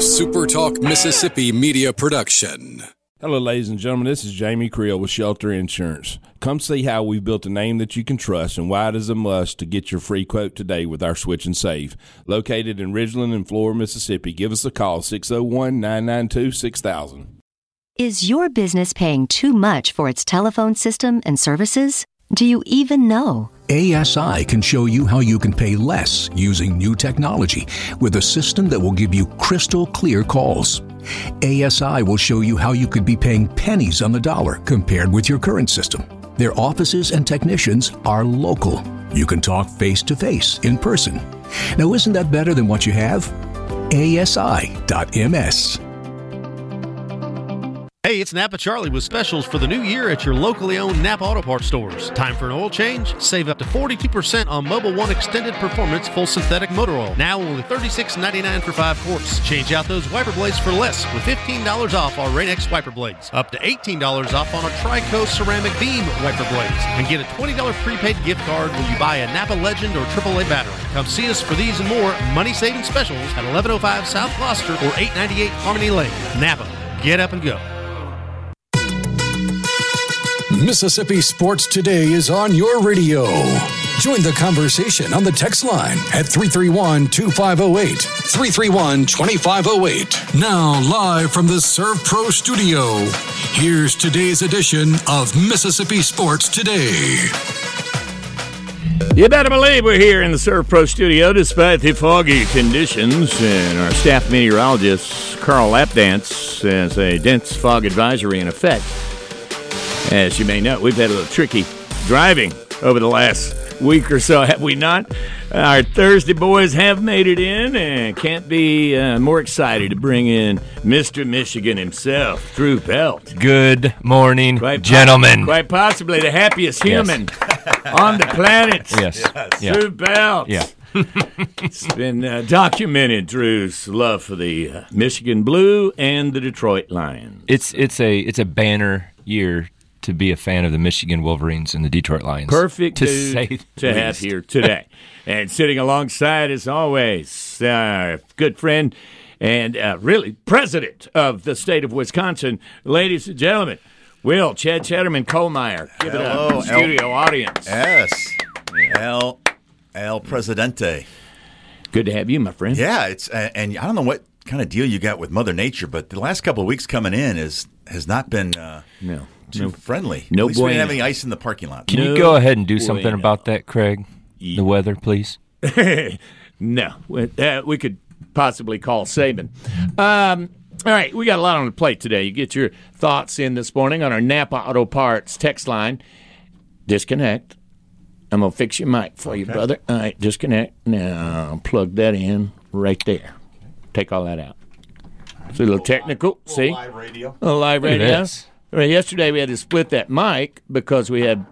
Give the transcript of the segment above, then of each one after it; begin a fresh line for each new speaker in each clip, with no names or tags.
SuperTalk Mississippi Media Production.
Hello, ladies and gentlemen. This is Jamie Creel with Shelter Insurance. Come see how we've built a name that you can trust and why it is a must to get your free quote today with our Switch and Save. Located in Ridgeland and Flora, Mississippi, give us a call 601 992 6000.
Is your business paying too much for its telephone system and services? Do you even know?
ASI can show you how you can pay less using new technology with a system that will give you crystal clear calls. ASI will show you how you could be paying pennies on the dollar compared with your current system. Their offices and technicians are local. You can talk face to face in person. Now, isn't that better than what you have? ASI.ms.
Hey, it's Napa Charlie with specials for the new year at your locally owned Napa Auto Parts stores. Time for an oil change? Save up to 42% on Mobile One Extended Performance Full Synthetic Motor Oil. Now only $36.99 for five quarts. Change out those wiper blades for less with $15 off our Rain-X wiper blades. Up to $18 off on a Trico Ceramic Beam wiper blades. And get a $20 prepaid gift card when you buy a Napa Legend or AAA battery. Come see us for these and more money-saving specials at 1105 South Gloucester or 898 Harmony Lane. Napa, get up and go.
Mississippi Sports Today is on your radio. Join the conversation on the text line at 331 2508. 331 2508. Now, live from the Serve Pro studio, here's today's edition of Mississippi Sports Today.
You better believe we're here in the Surf Pro studio despite the foggy conditions. And our staff meteorologist, Carl Lapdance, has a dense fog advisory in effect. As you may know, we've had a little tricky driving over the last week or so, have we not? Our Thursday boys have made it in and can't be uh, more excited to bring in Mr. Michigan himself, Drew Pelt.
Good morning,
Quite po-
gentlemen.
quite possibly the happiest human on the planet.
yes. Yeah.
Drew Belt.
Yeah.
it's been uh, documented Drew's love for the uh, Michigan Blue and the Detroit Lions.
It's it's a it's a banner year to be a fan of the Michigan Wolverines and the Detroit Lions.
Perfect
to
dude
say
to
the
have
least.
here today. and sitting alongside, as always, our good friend and uh, really president of the state of Wisconsin, ladies and gentlemen, Will Chad Chatterman Kohlmeyer. Give it
Hello, Eh?
up, studio audience.
Yes. El El Presidente.
Good to have you, my friend.
Yeah, it's a- and I don't know what kind of deal you got with Mother Nature, but the last couple of weeks coming in is has not been uh,
No.
too friendly.
no
At least we didn't have
bueno.
any ice in the parking lot.
Can
No
you go ahead and do something
bueno.
about that, Craig? The weather, please.
No, we, uh, we could possibly call Saban. Um, all right, we got a lot on the plate today. You get your thoughts in this morning on our Napa Auto Parts text line. Disconnect. I'm gonna fix your mic for you, brother. All right, disconnect now. Plug that in right there. Take all that out. It's a little technical. See, live radio. A live
Look at
radio.
this.
Well, yesterday we had to split that mic because we had,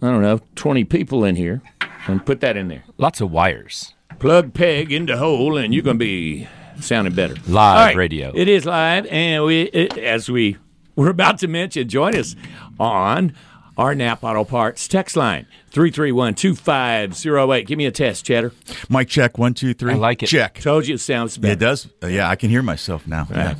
I don't know, 20 people in here, and put that in there
Lots of wires.
plug peg into hole, and you're going to be sounding better.
Live
All right,
radio.
It is live, and we it, as we we're about to mention, join us on our Nap Auto Parts text line 331-2508. Give me a test, Chatter.
Mike check one two three.
I like it.
Check.
Told you it sounds
It
better.
does. Uh, yeah, I can hear myself now. Yeah.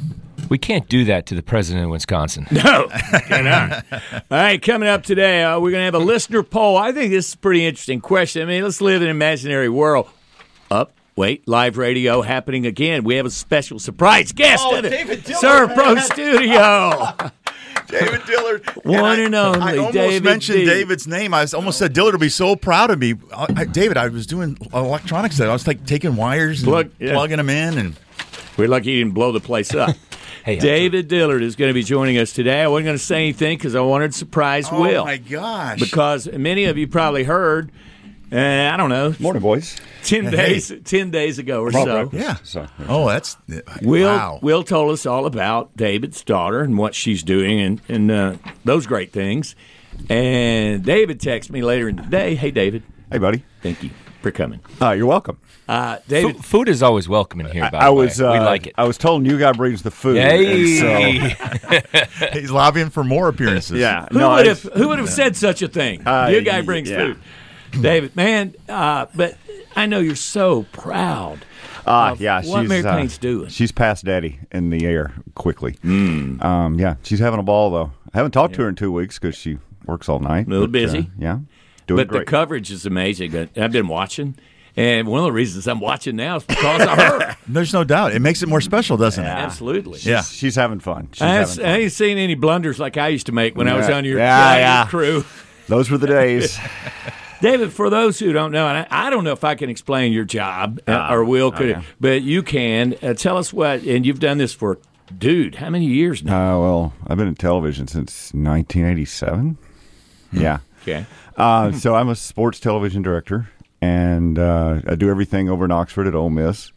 We can't do that to the president of Wisconsin.
No, cannot. Oh, All right, coming up today, uh, we're going to have a listener poll. I think this is a pretty interesting question. I mean, let's live in an imaginary world. Up, wait, live radio happening again. We have a special surprise guest
Oh,
in it.
David Dillon,
Sir
man.
Pro Studio.
David Dillard,
One and only
I almost
David
mentioned
D.
David's name. I was- almost said Dillard would be so proud of me. I, I- David, I was doing electronics. Today. I was like taking wires, and
Plug- yeah.
plugging them in, and
We're lucky he didn't blow the place up.
Hey, I-
David Dillard is going to be joining us today. I wasn't going to say anything because I wanted to surprise
oh
Will.
my gosh,
Because many of you probably heard, uh, I don't know,
Morning, boys.
10
Hey.
days, 10 days ago or so.
yeah.
So,
Oh, that's
Will
wow.
Will told us all about David's daughter and what she's doing and and uh, those great things. And David texted me later in the day. Hey, David,
hey, buddy.
thank you for coming.
Uh, you're welcome.
Uh,
Fu-
David,
food is always welcome in here. By
I
the
was.
way.
Uh,
we like it.
I was told new guy brings the food. and so-
Hey,
He's lobbying for more appearances.
yeah.
who
uh, no,
would have
it's-
who would have said such a thing?
Uh,
Your guy brings
yeah.
food, David. Man, uh, but I know you're so proud
Ah, yeah.
what
she's,
Mary
uh,
Payne's doing.
She's past daddy in the air quickly.
Hmm.
Um, yeah, she's having a ball though. I haven't talked to her in two weeks because she works all night.
A little
but, uh,
busy.
yeah, doing
but
great.
the coverage is amazing. Uh, I've been watching, and one of the reasons I'm watching now is because of her.
There's no doubt. It makes it more special, doesn't
Ah.
it?
Absolutely.
She's-
Yeah.
she's having fun. She's
I,
having
ain't, I ain't seen any blunders like I used to make when I was
Yeah.
on your,
Yeah,
on your
yeah.
crew.
Those were the days.
David, for those who don't know, and I, I don't know if I can explain your job uh,
Ah,
or Will could,
yeah.
but you can. Uh, tell us what, and you've done this for, dude, how many years now?
Uh, well, I've been in television since 1987. Yeah.
Hmm. Okay.
Uh, so I'm a sports television director, and uh, I do everything over in Oxford at Ole Miss.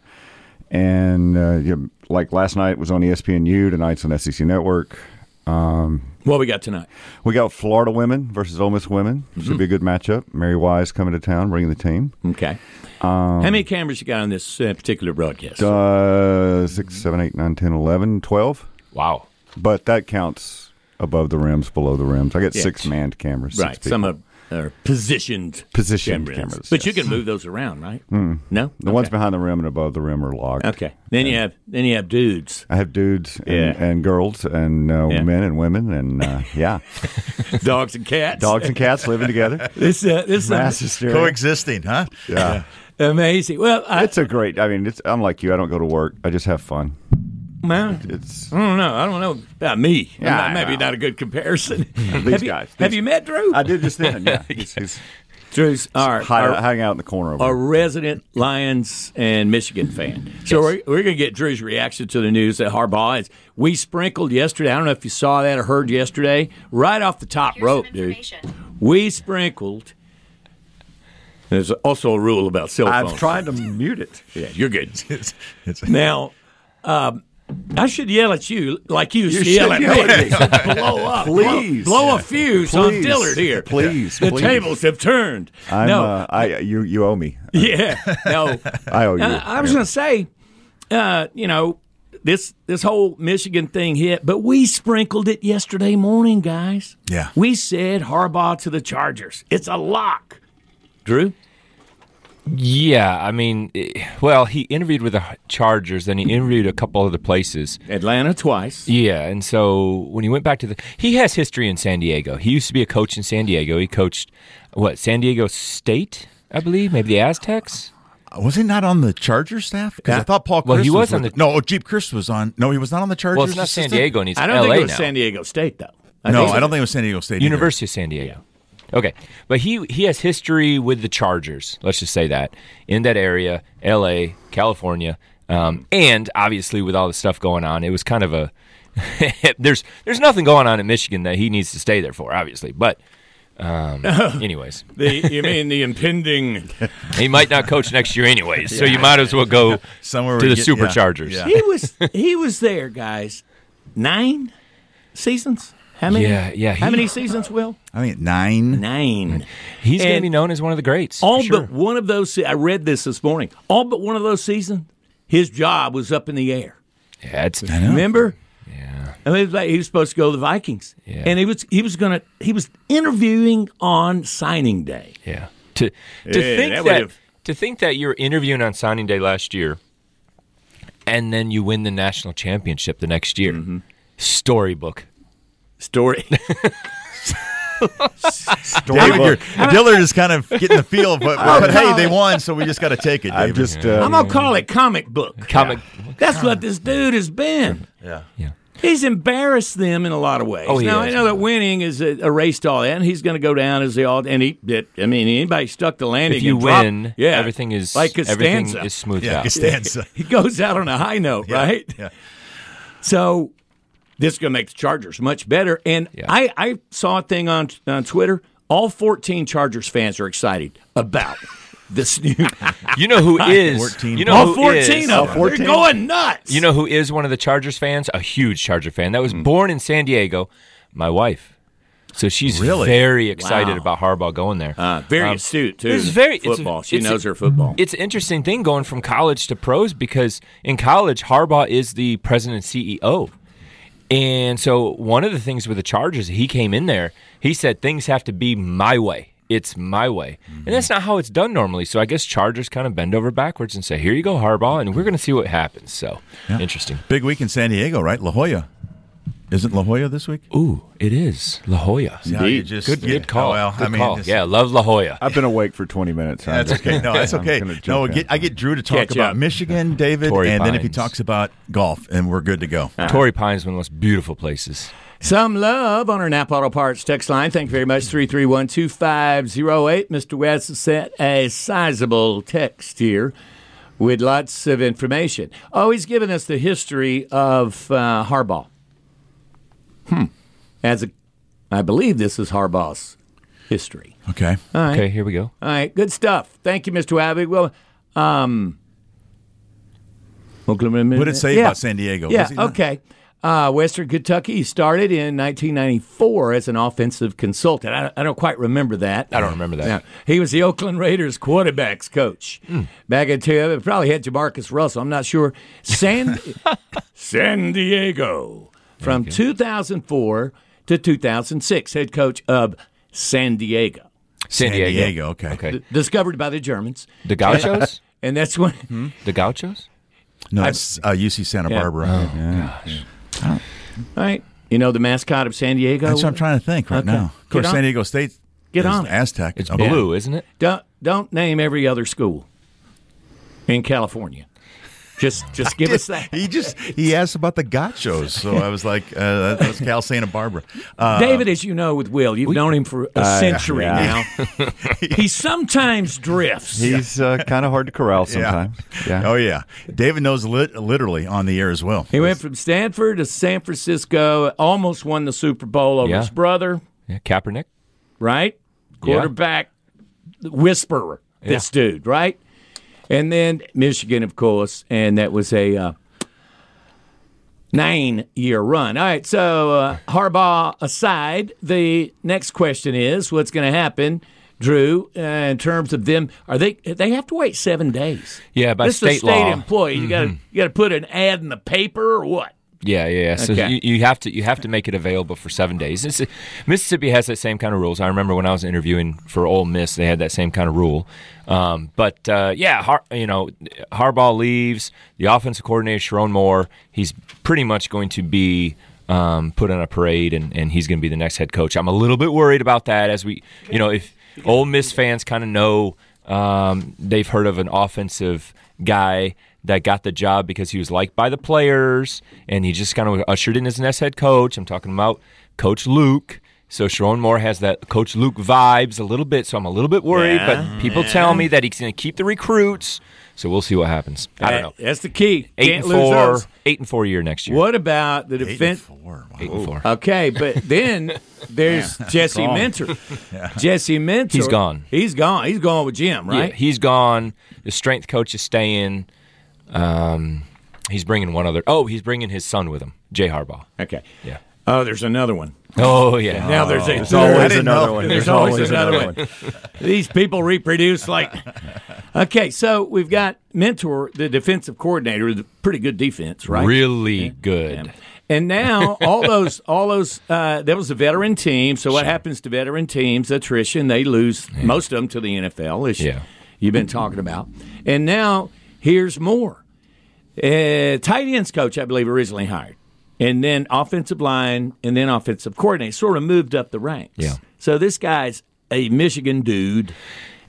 And uh, you, like last night was on E ESPNU, tonight's on SEC Network. Um,
What we got tonight?
We got Florida women versus Ole Miss women. Should be a good matchup. Mary Wise coming to town, bringing the team.
Okay.
Um,
how many cameras you got on this uh, particular broadcast?
Uh, 6, seven, eight, nine, 10, 11, 12.
wow.
But that counts above the rims, below the rims. I got
Yeah.
six manned cameras. six
Right. Some
people.
are, are positioned
Positioned cameras,
but you
yes. Hmm.
can move those around, right? No,
The ones behind the rim and above the rim are locked.
Okay. Then you have then you have dudes.
I have dudes and,
Yeah.
and girls and uh,
Yeah.
men and women and uh, yeah,
dogs and cats.
dogs and cats living together.
This uh, this
Mass
is
hysteria.
Coexisting, huh?
Yeah.
amazing. Well, I,
It's a great. I mean, it's. I'm like you. I don't go to work. I just have fun.
man,
It's
I don't know. I don't know about me. I'm
Yeah,
not-
I
maybe
know.
not a good comparison.
these
have you,
guys. These-
have you met Drew?
I did just then. Yeah, It's- it's
Drew's our,
hide,
our,
hang out in the corner. Over
a
there.
resident Lions and Michigan fan. So we're, we're going to get Drew's reaction to the news that Harbaugh is. We sprinkled yesterday. I don't know if you saw that or heard yesterday. Right off the top rope, dude. We sprinkled. There's also a rule about cell phones.
I've tried to mute it.
Yeah, you're good.
It's, it's,
Now, um, I should yell at you like you, used to
should
yell at
yell at
me. blow up,
Please.
blow, blow a fuse on
Please.
Dillard here.
Please,
the
please.
tables have turned.
I'm,
no,
uh, I you you owe me.
yeah, no.
I owe you.
Uh, I was going to say, uh, you know, this this whole Michigan thing hit, but we sprinkled it yesterday morning, guys.
Yeah.
we said Harbaugh to the Chargers. It's a lock. Drew,
Yeah, I mean, eh, well, he interviewed with the Chargers, then he interviewed a couple other places.
Atlanta twice.
Yeah, and so when he went back to the, he has history in San Diego. He used to be a coach in San Diego. He coached what San Diego State, I believe, maybe the Aztecs.
was he not on the Charger staff? Because I thought Paul.
Well, he
Chris
was on
with-
the-
No, oh, Jeep Chris was on. No, he was not on the Chargers.
Well, it's not San
assistant?
Diego, and he's
I don't
LA
think it was
now.
San Diego State though.
No,
think-
I don't think it was San Diego State. either.
University of San Diego. Okay, but he he has history with the Chargers. Let's just say that in that area, L.A., California, um, and obviously with all the stuff going on, it was kind of a there's there's nothing going on in Michigan that he needs to stay there for, obviously. But um, anyways,
The, you mean the impending?
he might not coach next year anyways, so you might as well go
Somewhere
to
we
the
get- yeah,
Superchargers.
yeah.
He was he was there, guys. Nine seasons. How many?
Yeah, yeah,
How
he-
many seasons? Will
I think nine.
nine.
He's going to
And
be known as one of the greats. for
All
sure.
but one of those. se- I read this this morning. All but one of those seasons, his job was up in the air.
yeah, it's,
Remember?
Oh. yeah.
I mean, it was like he was supposed to go to the Vikings,
Yeah.
and he was he was gonna he was interviewing on signing day.
Yeah. To to
Yeah,
think
that
that,
would've-
to think that you were interviewing on signing day last year, and then you win the national championship the next year.
Mm-hmm.
Storybook.
Story.
David, you're, Dillard is kind of getting the feel of what. but hey, they won, so we just got to take it.
I
David.
just uh,
I'm gonna call it comic book.
Comic.
That's what this dude has been.
Yeah.
He's embarrassed them in a lot of ways.
Oh, he
now I
has.
know that winning is uh, erased all that, and he's going to go down as the all. And he, it, I mean, anybody stuck the landing.
If you
and dropped-
win,
yeah,
everything is
like
everything
Costanza.
is smoothed
yeah,
out.
Costanza.
He goes out on a high note, right?
yeah.
So this is going to make the Chargers much better. And
Yeah.
I, I saw a thing on on Twitter. All 14 Chargers fans are excited about this new.
You know who is?
14.
You know
all
who
14
is-
of them. They're going nuts.
You know who is one of the Chargers fans? A huge Charger fan. That was
Mm.
born in San Diego. My wife. So she's
Really?
very excited
Wow.
about Harbaugh going there.
Uh, very
Um,
astute too.
It's very it's a-
football. she
it's a-
knows her football.
It's an interesting thing going from college to pros because in college Harbaugh is the president E and CEO. And so one of the things with the Chargers, he came in there, he said things have to be my way. It's my way. And that's not how it's done normally. So I guess Chargers kind of bend over backwards and say, here you go, Harbaugh, and we're going to see what happens. So interesting.
Big week in San Diego, right? La Jolla. Isn't La Jolla this week?
Ooh, it is La Jolla.
Yeah, you just-
good,
yeah.
good call.
Oh, well,
good
I mean,
call.
just-
Yeah, love La Jolla.
I've been awake for 20 minutes.
That's
I'm-
okay. No, that's
I'm
okay.
gonna jump
No, I
in.
get, I get Drew to talk
Catch
about
up.
Michigan, David,
Torrey
and then if he
Pines.
talks about golf, and we're good to go.
Torrey Pines, one of the most beautiful places.
Some love on our Nap Auto Parts text line. Thank you very much. 331-2508. Mr. West has sent a sizable text here with lots of information. Oh, he's given us the history of uh, Harbaugh. Hmm. As a, I believe this is Harbaugh's history.
Okay.
Uh,
Okay, here we go.
All right, good stuff. Thank you, Mr. Abbey. Well, um, Oklahoma.
What did it say
Yeah.
about San Diego?
Yeah,
Was he-
okay. Uh, Western Kentucky he started in 1994 as an offensive consultant. I, I don't quite remember that.
I don't remember that.
Yeah. He was the Oakland Raiders quarterbacks coach. Back at two, probably had Jamarcus Russell. I'm not sure. San San Diego from 2004 to 2006, head coach of San Diego,
San
San
Diego.
Diego. Okay.
Okay.
discovered by the Germans,
The Gauchos?
and that's when.
the Gauchos?
No, that's uh, UC Santa
Yeah.
Barbara.
Oh,
All right, you know the mascot of San Diego.
That's what I'm trying to think right
Okay.
now. Of course,
Get on-
San Diego State.
get
is
on
the
it.
Aztec.
It's
Okay.
blue, isn't it?
Don't don't name every other school in California. Just just give us that.
He just he asked about the gachos, so I was like, uh, that's Cal Santa Barbara. Uh,
David, as you know, with Will, you've known him for a century
yeah.
now. he sometimes drifts.
He's uh, kind of hard to corral sometimes. Yeah.
Oh yeah, David knows lit- literally on the air as well.
he went from Stanford to San Francisco, almost won the Super Bowl over
Yeah.
his brother,
Yeah, Kaepernick.
right? Quarterback whisperer, this dude, right? And then Michigan, of course, and that was a uh, nine year run. All right, so uh, Harbaugh aside, the next question is what's going to happen? Drew, uh, in terms of them, are they? They have to wait seven days.
Yeah, by
this is a
state
state
law. Mm-hmm.
employee. You got to you got to put an ad in the paper or what?
Yeah, yeah. yeah. So
Okay.
you, you have to you have to make it available for seven days. It's, Mississippi has that same kind of rules. I remember when I was interviewing for Ole Miss, they had that same kind of rule. Um, but uh, yeah, Har, you know, Harbaugh leaves. The offensive coordinator Sharon Moore, he's pretty much going to be. Um, put on a parade, and, and he's going to be the next head coach. I'm a little bit worried about that, as we, you know, if Ole Miss fans kind of know um, they've heard of an offensive guy that got the job because he was liked by the players and he just kind of ushered in as an S head coach. I'm talking about Coach Luke. So Sharon Moore has that Coach Luke vibes a little bit, so I'm a little bit worried. but people tell me that he's going to keep the recruits, so we'll see what happens. I don't know.
That's the key.
Eight
Can't
and
lose
four,
those.
eight and four year next year.
What Uh, about the
Eight and
defense?
four. Wow.
Eight and four.
Okay, but then there's Jesse Mentor. Jesse Mentor.
He's gone.
He's gone. He's going with Jim,
Yeah,
right?
he's gone. The strength coach is staying. Um, he's bringing one other. Oh, he's bringing his son with him, Jay Harbaugh.
Okay.
Yeah.
Oh, there's another one.
Oh yeah.
Now there's a
There's always
didn't
another
know.
one.
There's always another one. These people reproduce like. Okay, so we've got Mentor, the defensive coordinator, with a pretty good defense, right?
Really good.
And now all those, all those, uh, that was a veteran team. So what happens to veteran teams? Attrition. They lose most of them to the NFL. Is
Yeah.
you've been talking about. And now here's more. Uh, tight ends coach, I believe, originally hired, and then offensive line, and then offensive coordinator. Sort of moved up the ranks.
Yeah.
So this guy's a Michigan dude.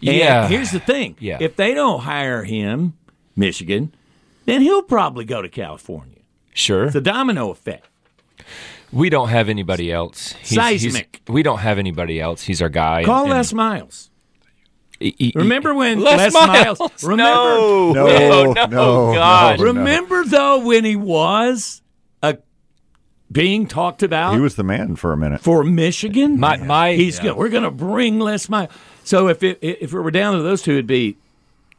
And
Yeah.
Here's the thing.
Yeah.
If they don't hire him, Michigan, then he'll probably go to California.
Sure.
It's a domino effect.
We don't have anybody else. He's- he's-
Seismic.
we don't have anybody else. He's our guy.
Call
and-
Les Miles.
and- e- e-
Remember when Les,
Les
Miles?
Miles.
Remember,
No.
No,
No,
no,
no,
no,
God.
no.
remember though when he was a being talked about
He was the man for a minute.
for Michigan.
My- my-
he's
yeah.
good. We're gonna bring Les Miles. So if it if it were down to those two, it'd be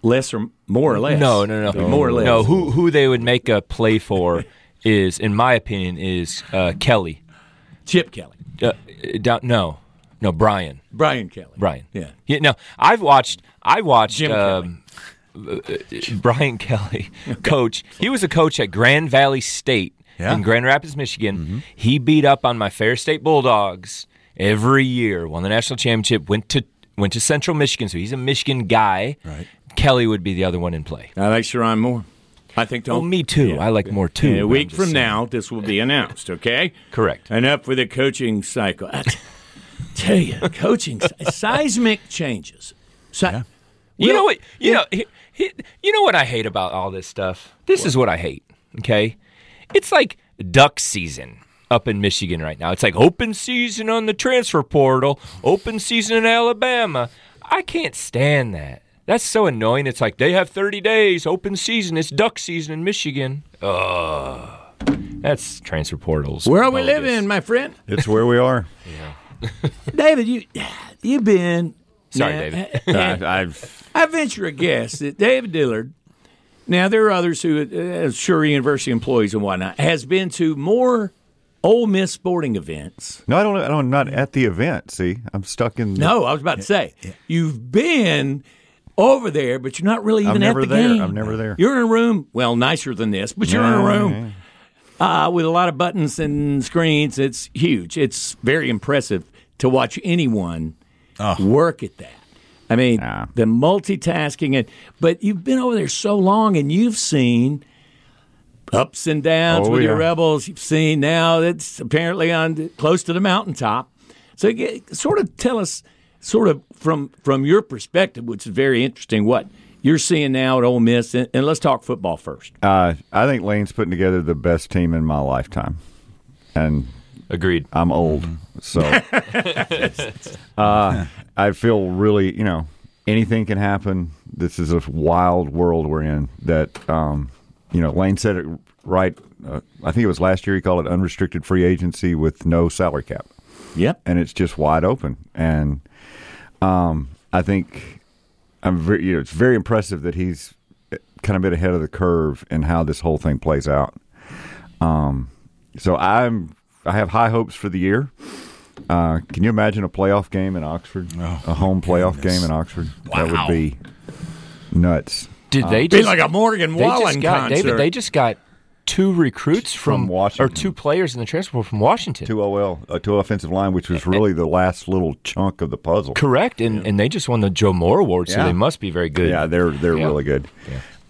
less or more or less.
No, no, no,
more or less.
No, who who they would make a play for is, in my opinion, is uh, Kelly.
Chip Kelly,
Uh, down, no, no, Brian.
Brian Kelly,
Brian.
Yeah.
Yeah. No, I've watched. I watched.
Jim
um, uh, Brian Kelly, coach. He was a coach at Grand Valley State in Grand Rapids, Michigan.
Mm-hmm.
He beat up on my Fair State Bulldogs every year. Won the national championship. Went to went to Central Michigan, so he's a Michigan guy. Right. Kelly would be the other one in play.
I like Sharon Moore. I think.
Oh, me too. I like Moore too.
In a
but
week
I'm just
from
saying.
now, this will be announced. Okay.
Correct.
Enough with the coaching cycle. I tell you, coaching se- seismic changes. Se-
You know what? You know, he, he- you know what I hate about all this stuff. This is what I hate. Okay, it's like duck season up in Michigan right now. It's like open season on the transfer portal, open season in Alabama. I can't stand that. That's so annoying. It's like they have 30 days, open season. It's duck season in Michigan. Ugh. That's transfer portals.
Where are we
bogus.
living, my friend?
It's where we are.
David, you you've been.
Sorry,
Now-
David.
I, I've
I venture a guess that David Dillard, now there are others who, uh, sure, university employees and whatnot, has been to more Ole Miss sporting events.
no, I don't. I don't. I'm not at the event. See, I'm stuck in. the-
No, I was about to say, you've been over there, but you're not really
I'm
even
never
at the
there.
game.
I'm never there.
You're in a room, well, nicer than this, but you're in a room uh, with a lot of buttons and screens. It's huge. It's very impressive to watch anyone
Ah.
work at that. I mean,
Nah.
the multitasking. And, but you've been over there so long and you've seen ups and downs
Oh,
with your
yeah.
Rebels. You've seen now it's apparently on close to the mountaintop. So get, sort of tell us, sort of from from your perspective, which is very interesting, what you're seeing now at Ole Miss. And, and let's talk football first.
Uh, I think Lane's putting together the best team in my lifetime, and
Agreed.
I'm old, so uh, I feel really, you know, anything can happen. This is a wild world we're in. That um, you know, Lane said it right. Uh, I think it was last year. He called it unrestricted free agency with no salary cap,
Yep.
and it's just wide open. And um, I think I'm very, you know, it's very impressive that he's eh, kind of been ahead of the curve in how this whole thing plays out. Um, so I'm, I have high hopes for the year. Uh, can you imagine a playoff game in Oxford?
Oh,
a home playoff game in Oxford? That would be nuts.
Did they
Uh, Be
just
like a Morgan
They
Wallen
just got
concert.
David. They just got two recruits from,
From Washington.
or two players in the transfer portal from Washington.
Two OL, uh, two offensive line, which was really the last little chunk of the puzzle.
Correct, and and they just won the Joe Moore Award, so
Yeah.
they must be very good.
Yeah, they're they're
Yeah.
really good.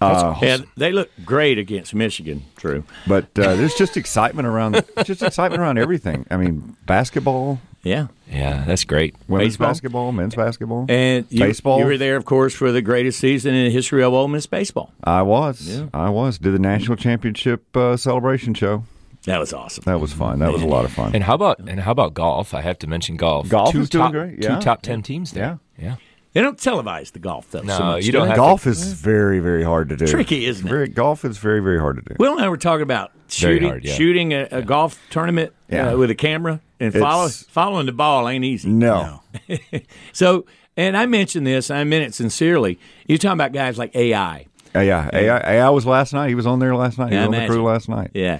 Uh,
yeah, they look great against Michigan. True.
But uh, there's just excitement around just excitement around everything. I mean, basketball,
Yeah.
Yeah, that's great.
women's
Baseball?
basketball, men's basketball,
And you,
baseball.
you were there, of course, for the greatest season in the history of Ole Miss baseball.
I was. I was. Did the national championship uh, celebration show.
That was awesome.
That was fun. That was a lot of fun.
And how about and how about golf? I have to mention golf.
Golf
two
is doing
top,
great,
Two
yeah.
top ten teams there. Yeah,
They don't televise the golf though. so
No,
much,
you
do
don't
they?
have-
golf is very, very hard to do.
Tricky, isn't it?
Very, golf is very, very hard to do.
Will and I were talking about
Very
shooting,
hard, yeah.
shooting a, a golf tournament
Yeah.
uh, with a camera and follow,
It's- Mm.
following the ball ain't easy.
No.
So, and I mentioned this, and I meant it sincerely. You're talking about guys like AI.
Uh, yeah. AI, AI was last night. He was on there last night. He
Yeah,
was on the
imagine.
crew last night.
Yeah.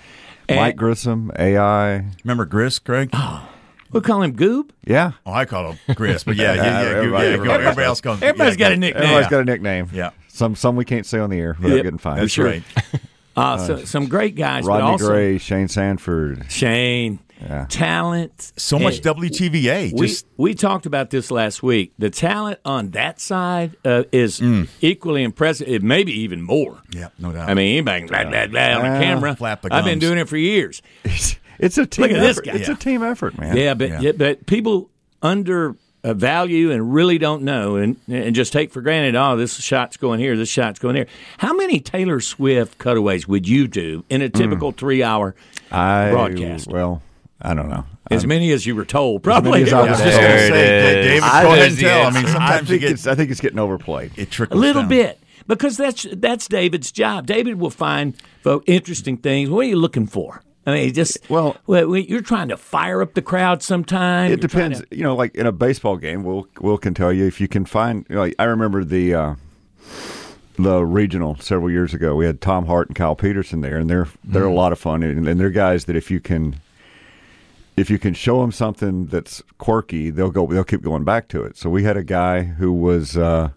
And
Mike Grissom, AI.
Remember Gris, Craig?
we call him Goob.
Yeah.
Oh, I call him Gris, but yeah, yeah, yeah. yeah,
Everybody-
yeah, everybody,
everybody-
else calls.
Everybody's
yeah,
got a
yeah.
nickname.
Everybody's
Yeah.
got a nickname.
Yeah.
Some some we can't say on the air without
Yep.
getting fined.
That's right.
Uh, so, some great guys, but
Rodney
also
Gray, Shane Sanford.
Shane, talent.
So much
And-
WTVA.
We,
Just
we talked about this last week. The talent on that side uh, is
Mm.
equally impressive, It maybe even more.
yeah, no
Oh.
doubt.
I mean, anybody can blah, blah, blah on a
Yeah.
camera.
Flap the
I've been
gums.
doing it for years.
It's a team
Look at
effort.
this guy.
It's a team effort, man.
Yeah, but yeah, but people under uh, value and really don't know and and just take for granted. Oh, this shot's going here. This shot's going there. How many Taylor Swift cutaways would you do in a typical three-hour
Hmm. I
broadcast?
Well, I don't know.
as many as you were told, probably.
as I
I was
was
just
There
going to
it
say,
is.
David,
I-
go ahead
there's
and
the
tell. I
answer.
mean,
I
sometimes you
think
get
it's I think it's getting overplayed.
it
a
trickles
little
down.
bit because that's that's David's job. David will find folk interesting things. What are you looking for? I mean, just
Well-
well, you're trying to fire up the crowd. Sometimes
It depends. You know, like in a baseball game, Will Will can tell you if you can find. You know, like, I remember the uh, the regional several years ago. We had Tom Hart and Kyle Peterson there, and they're they're a lot of fun, and, and they're guys that if you can if you can show them something that's quirky, they'll go. They'll keep going back to it. So we had a guy who was. Uh,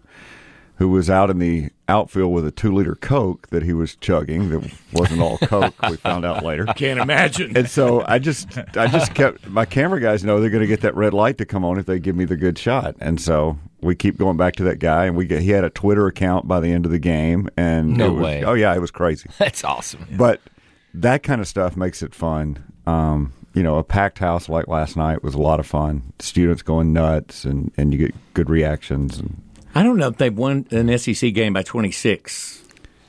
who was out in the outfield with a two-liter Coke that he was chugging? That wasn't all Coke. we found out later.
Can't imagine.
And so I just, I just kept my camera guys know they're going to get that red light to come on if they give me the good shot, and so
we keep going back to that guy, and we get, he had a Twitter account by the end of the game, and
No
it was-
way.
oh yeah, it was crazy.
That's awesome.
But that kind of stuff makes it fun. Um, you know, a packed house like last night was a lot of fun. Students going nuts, and, and you get good reactions. And
I don't know if they've won an SEC game by 26.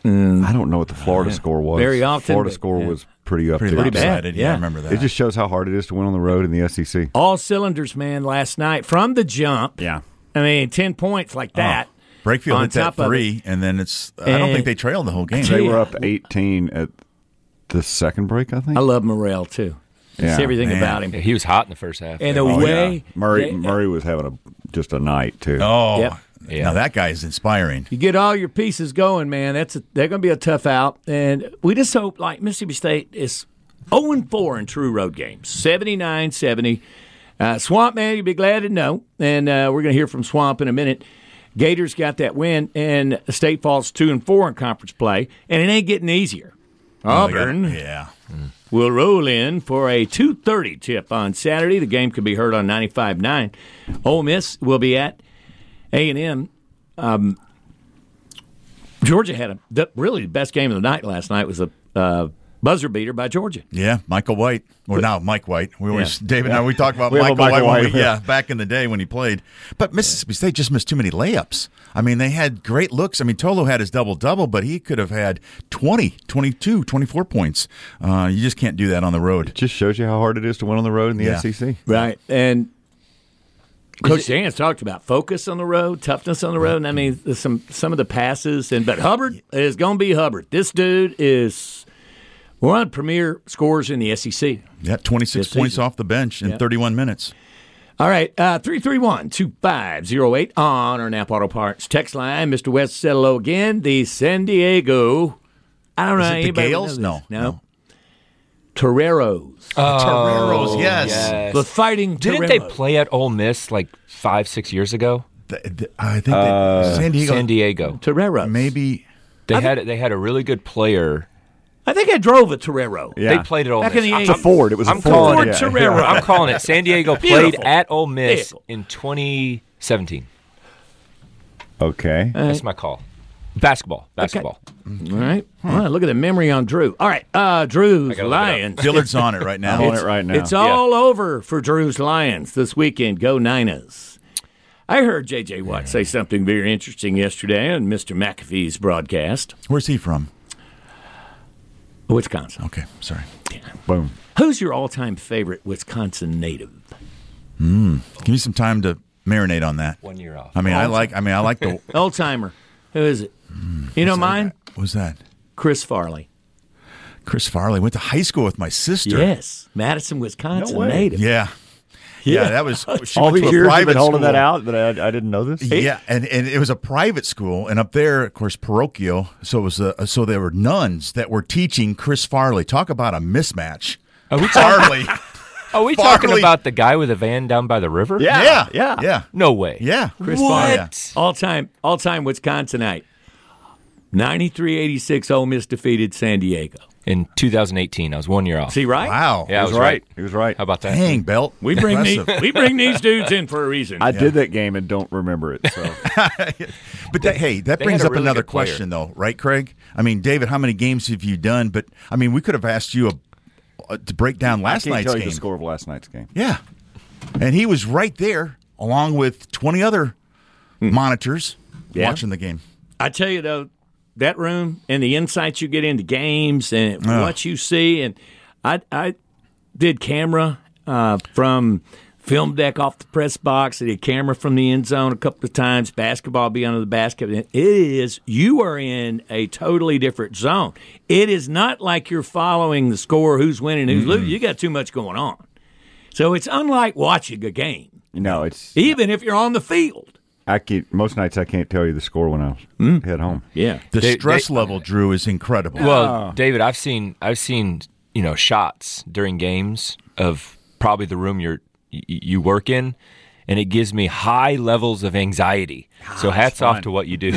I don't know what the Florida score was.
Very often,
Florida
but-
score
yeah.
was pretty up
Pretty
there.
bad,
lopsided. Yeah,
yeah.
I remember that.
It just shows how hard it is to win on the road in the E SEC.
All cylinders, man, last night from the jump.
Yeah.
I mean, 10 points like that.
Breakfield
on
hit that
top of it.
three, and then it's. I don't
And-
think they trailed the whole game.
They were
Yeah.
up 18 at the second break, I think.
I love Morrell, too. It's
Yeah,
everything
man.
about him.
Yeah, he was hot in the first half.
And
Oh, yeah.
away.
Murray
they-
Murray was having a just a night too.
Oh,
Yep.
Yeah.
now that guy is inspiring.
you get all your pieces going, man. That's a, they're going to be a tough out, and we just hope like Mississippi State is zero and four in true road games, 79-70. Uh, Swamp man, you'll be glad to know, and uh, we're going to hear from Swamp in a minute. Gators got that win, and State falls two and four in conference play, and it ain't getting easier. Auburn
Oh, Yeah.
will roll in for a 2.30 tip on Saturday. The game can be heard on 95.9. Ole Miss will be at A&M. Um, Georgia had a, the, really the best game of the night last night was a uh, buzzer beater by Georgia.
Yeah, Michael White. Well, now Mike White. We always David and I we talk about
We have a
Michael,
Michael
White. when
White,
we-
yeah.
yeah, back in the day when he played. But Mississippi State just missed too many layups. I mean, they had great looks. I mean, Tolo had his double double, but he could have had 20, 22, 24 points. Uh, you just can't do that on the road.
Just shows you how hard it is to win on the road in the E
Yeah.
SEC.
Right. And Coach Dan's talked about focus on the road, toughness on the road, and I mean there's some some of the passes. And but Hubbard is going to be Hubbard. This dude is one of the premier scorers in the E SEC.
Yeah, 26
This
points
season.
off the bench in 31 minutes.
All right, uh, 331-2508 on our Nap Auto Parts text line. Mr. West Settle again, the San Diego. I don't
Is
know
it the
anybody would
Gales?
know this.
No,
no,
no.
Toreros,
Toreros, yes.
the Fighting
Uh, Didn't
Toreros.
they play at Ole Miss like five, six years ago?
Th- th- I think they,
Uh,
San Diego
San Diego.
Toreros?
maybe
They had they had a really good player.
I think I drove a Torero.
Yeah.
They played at Ole
Back
Miss.
in the
I'm-
It's a
Ford. It was a
I'm
Ford.
calling
Ford
it.
Torero.
I'm calling it. San Diego played
Beautiful.
at Ole Miss
Beautiful.
in 2017.
Okay.
That's my call. Basketball. Basketball.
All right. Wow, look at the memory on Drew. All right. Uh, Drew's
gotta look it up.
Lions.
Dillard's on it right now.
I'm on it right now.
It's all over for Drew's Lions this weekend. Go Niners. I heard J.J. Watt say something very interesting yesterday on Mr. McAfee's broadcast.
Where's he from?
Wisconsin.
Okay, sorry.
Boom.
Who's your all time favorite Wisconsin native?
Give me some time to marinate on that.
One year off.
I mean, I like. I mean, I like the.
Old timer. Who is it? You know mine?
What was that?
Chris Farley.
Chris Farley went to high school with my sister.
Yes. Madison, Wisconsin
way.
native.
Yeah. Yeah, that was she
All
went to
these years
a
you've
private
been holding
school.
that out, but I, I didn't know this.
Yeah, and, and it was a private school, and up there, of course, parochial. So it was a, so there were nuns that were teaching Chris Farley. Talk about a mismatch. Farley.
Are we
Farley.
talking about the guy with a van down by the river?
yeah,
yeah.
yeah,
No way.
yeah.
Chris
Farley.
What?
All time, all time Wisconsinite. 93-86 Ole Miss defeated San Diego.
In 2018, I was one year off.
See, right?
Wow.
Yeah, I was
was
right.
right. He was right.
How about that?
Dang, Belt.
We bring these,
Impressive.
we bring these dudes in for a reason.
I did that game and don't remember it. So
But that, hey, that
They
brings
had a
up
really
another
good player.
question, though, right, Craig? I mean, David, how many games have you done? But I mean, we could have asked you a, uh, to break down
I
last
can't
night's
tell you
game.
the score of last night's game.
Yeah, and he was right there along with twenty other
Hmm.
monitors
Yeah.
watching the game.
I tell you though, that room and the insights you get into games and what you see, and I I did camera uh, from film deck off the press box. I did camera from the end zone a couple of times. Basketball be under the basket. It is you are in a totally different zone. It is not like you're following the score, who's winning, who's losing. You got too much going on, so it's unlike watching a game,
No, it's
even if you're on the field.
I can most nights I can't tell you the score when I
Hmm.
head home.
Yeah.
The
They-
stress
they-
level, Drew, is incredible.
Well, David, I've seen I've seen you know shots during games of probably the room you're y- you work in, and it gives me high levels of anxiety. so hats off to what you do.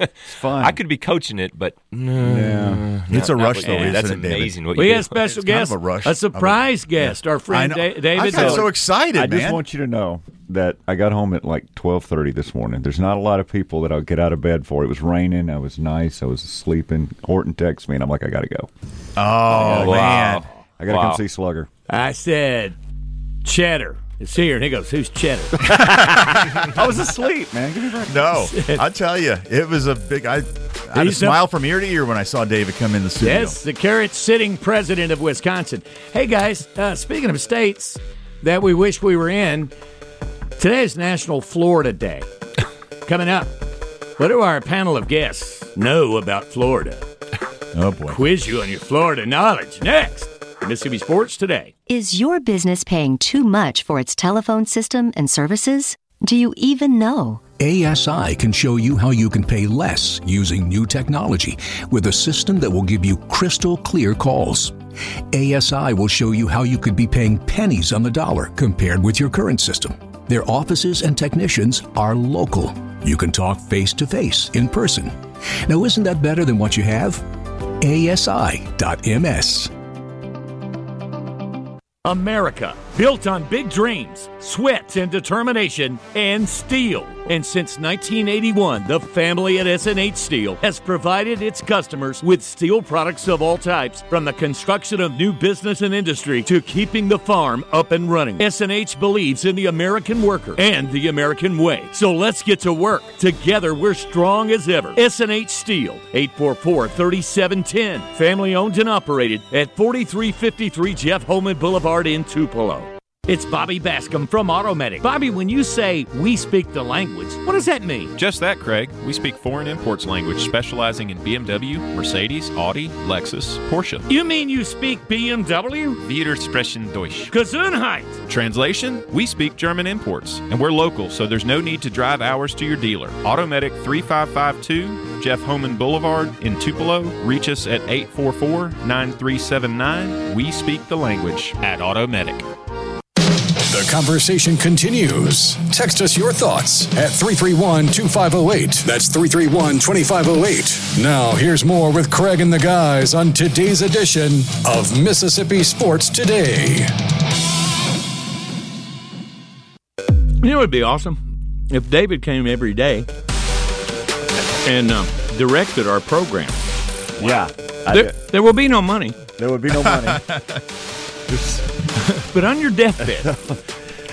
It's fun.
I Mm. could be coaching it, but no,
it's a
not
rush,
what
though.
you do.
Isn't
that's
it, David?
amazing. What
We
you
had a
do.
special
It's kind
guest,
of a rush.
surprise guest, our
I
friend
know.
Da- David.
I got
Hill.
so excited,
I
man.
just want you to know that I got home at like twelve thirty this morning. There's not a lot of people that I'll get out of bed for. It was raining. I was nice. I was sleeping. Horton texts me, and I'm like, I gotta go.
Oh, man.
I gotta
Wow.
come see Slugger.
I said, Cheddar is here. And he goes, Who's Cheddar?
I was asleep, man. Give me break.
No, I tell you, it was a big. I, I had a
He's not-
smile from ear to ear when I saw David come in the studio.
That's the current sitting president of Wisconsin. Hey, guys, uh, speaking of states that we wish we were in, today is National Florida Day. Coming up, what do our panel of guests know about Florida?
Oh boy.
Quiz you on your Florida knowledge next. Mississippi Sports Today.
Is your business paying too much for its telephone system and services? Do you even know?
ASI can show you how you can pay less using new technology with a system that will give you crystal clear calls. ASI will show you how you could be paying pennies on the dollar compared with your current system. Their offices and technicians are local. You can talk face to face in person. Now, isn't that better than what you have? ASI.ms.
America, built on big dreams, sweat and determination, and steel. And since 1981, the family at SNH Steel has provided its customers with steel products of all types, from the construction of new business and industry to keeping the farm up and running. SNH believes in the American worker and the American way. So let's get to work. Together, we're strong as ever. SNH Steel, 844-3710. Family owned and operated at 4353 Jeff Holman Boulevard in Tupelo. It's Bobby Bascom from Automedic. Bobby, when you say we speak the language, what does that mean?
Just that, Craig. We speak foreign imports language, specializing in BMW, Mercedes, Audi, Lexus, Porsche.
You mean you speak BMW?
Wir sprechen Deutsch.
Gesundheit.
Translation We speak German imports, and we're local, so there's no need to drive hours to your dealer. Automedic 3552, Jeff Homan Boulevard in Tupelo. Reach us at 844 9379. We speak the language at Automedic.
The conversation continues. Text us your thoughts at 331 2508. That's 331 2508. Now, here's more with Craig and the guys on today's edition of Mississippi Sports Today.
You know, it would be awesome if David came every day and um, directed our program.
Yeah, I
There,
did.
there will be no money,
there would be no money.
but on your deathbed,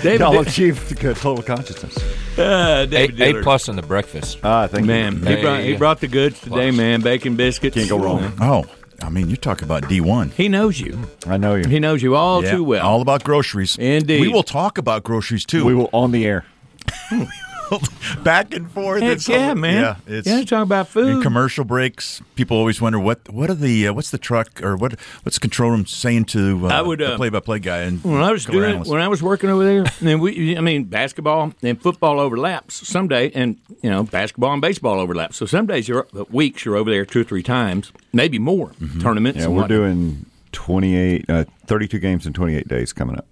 David,
Y'all achieved total consciousness.
uh,
A,
David
a
Dillard.
plus on the breakfast.
Ah, thank
Man, he
Hey.
brought, he brought the goods today,
Plus.
man. Bacon biscuits.
Can't go wrong.
Oh, I mean, you talk about D one.
He knows you.
you. I know you.
He knows you all too well.
All about groceries.
Indeed.
We will talk about groceries too.
We will on the air.
back and forth.
Heck
It's all-
yeah, man.
Yeah, it's
talking about
in
food.
commercial breaks. People always wonder what what are the uh, what's the truck or what what's the control room saying to uh,
I would, uh,
play by play guy and
when I was
color
doing,
analyst?
when I was working over there, and we, I mean, basketball and football overlaps someday, and you know, basketball and baseball overlaps. So some days you're uh, weeks you're over there two or three times, maybe more
Mm-hmm.
tournaments.
Yeah,
and
we're
whatnot.
doing 28, uh, 32 games in 28 days coming up.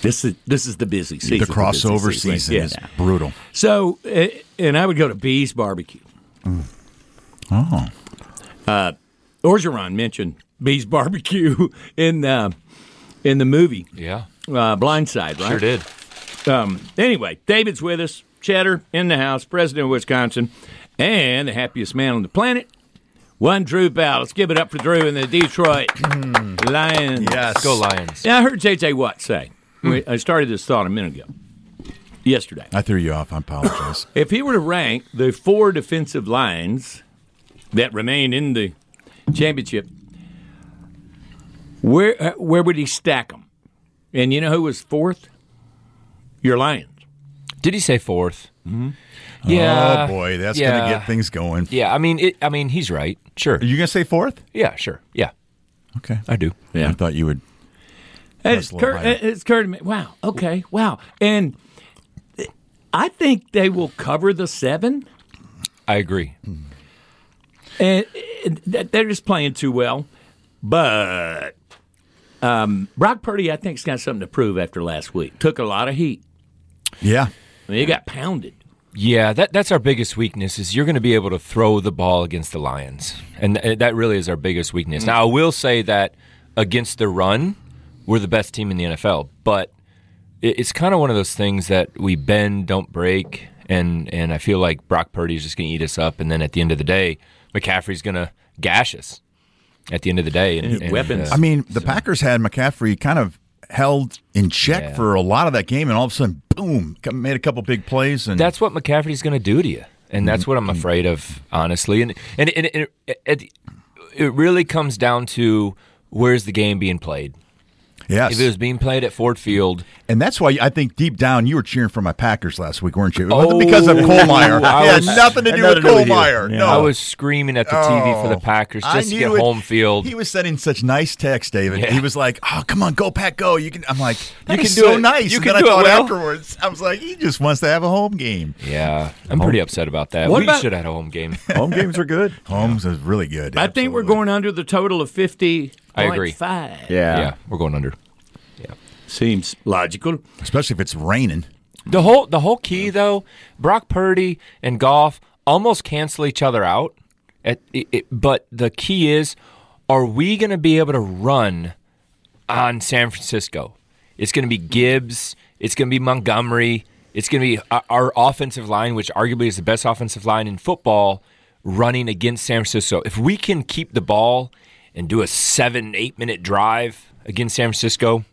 This is this is the busy season.
the crossover season,
Yeah.
is brutal.
So, uh, and I would go to Bee's Barbecue.
Oh,
Orgeron mentioned Bee's Barbecue in uh, in the movie
Yeah,
uh, Blindside, right?
sure did.
Um, anyway, David's with us. Cheddar in the house, president of Wisconsin, and the happiest man on the planet. One Drew Bell. Let's give it up for Drew in the Detroit Lions.
yes,
Go Lions.
Now, I heard J.J. Watt say, we- I started this thought a minute ago, yesterday.
I threw you off. I apologize.
If he were to rank the four defensive lines that remain in the championship, where uh, where would he stack them? And you know who was fourth? Your Lions.
Did he say fourth? Mm-hmm. Yeah.
oh boy, that's
yeah.
gonna get things going.
Yeah, I mean, it, I mean, he's right. Sure.
Are you gonna say fourth?
Yeah, sure. Yeah,
Okay,
I do.
yeah. I thought you would.
And
That's
it's,
a little
cur-
higher.
it's occurred to me. Wow. Okay. Wow. And I think they will cover the seven.
I agree.
And and th- they're just playing too well. But um, Brock Purdy, I think, has got something to prove after last week. Took a lot of heat.
Yeah,
I mean, he got pounded.
Yeah, that that's our biggest weakness is you're going to be able to throw the ball against the Lions, and th- that really is our biggest weakness.
Mm.
Now, I will say that against the run, we're the best team in the NFL, but it, it's kind of one of those things that we bend, don't break, and and I feel like Brock Purdy is just going to eat us up, and then at the end of the day, McCaffrey's going to gash us. At the end of the day, and, and,
weapons.
uh,
I mean, the Packers had McCaffrey kind of held in check
Yeah.
for a lot of that game, and all of a sudden, boom, co- made a couple big plays. And
that's what McCaffrey's going to do to you, and that's
Mm-hmm.
what I'm afraid of, honestly. And and, and, and it, it, it really comes down to where's the game being played.
yes,
If it was being played at Ford Field,
and that's why I think deep down you were cheering for my Packers last week, weren't you? It wasn't because of Colemeyer.
Oh, I
it had
was-
nothing to do
nothing
with
to do with you.
Colemeyer.
Yeah.
No,
I was screaming at the TV for the
Oh.
Packers
I
just to
knew
get
it.
home field.
He was sending such nice texts, David.
Yeah.
He was like, "Oh, come on, go pack, go!" You can. I'm like,
You
"That
can
is
do
so
it.
nice."
You
and
can
then
do
I
it,
thought
Will.
afterwards, I was like, "He just wants to have a home game."
Yeah, I'm pretty upset about that.
What
we
about-
should have had a home game.
Home games are good.
Holmes is really good.
I think we're going under the total of fifty.
I agree.
Five
Yeah.
yeah, we're going under.
Seems
logical.
especially if it's raining.
The whole the whole key though, Brock Purdy and Goff almost cancel each other out. At, it, it, but the key is, are we going to be able to run on San Francisco? It's going to be Gibbs. It's going to be Montgomery. It's going to be our, our offensive line, which arguably is the best offensive line in football, running against San Francisco. If we can keep the ball and do a seven eight minute drive against San Francisco,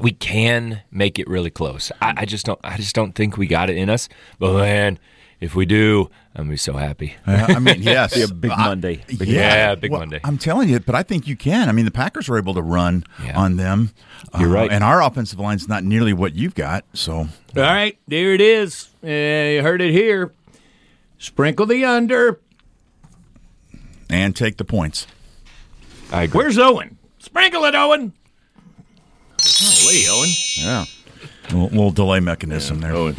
we can make it really close. I, I just don't. I just don't think we got it in us. But man, if we do, I'm gonna be so happy.
Uh, I mean, yes,
Be a big
I-
Monday. Big
Yeah, big Monday.
I'm telling you, but I think you can. I mean, the Packers were able to run
Yeah.
on them. uh,
You're right.
and our offensive line's not nearly what you've got. So
All right, there it is. Uh, you heard it here. Sprinkle the under.
and take the points.
I agree.
Where's Owen? Sprinkle it, Owen.
Holy, Owen.
Yeah.
A little, little delay mechanism there.
Owen.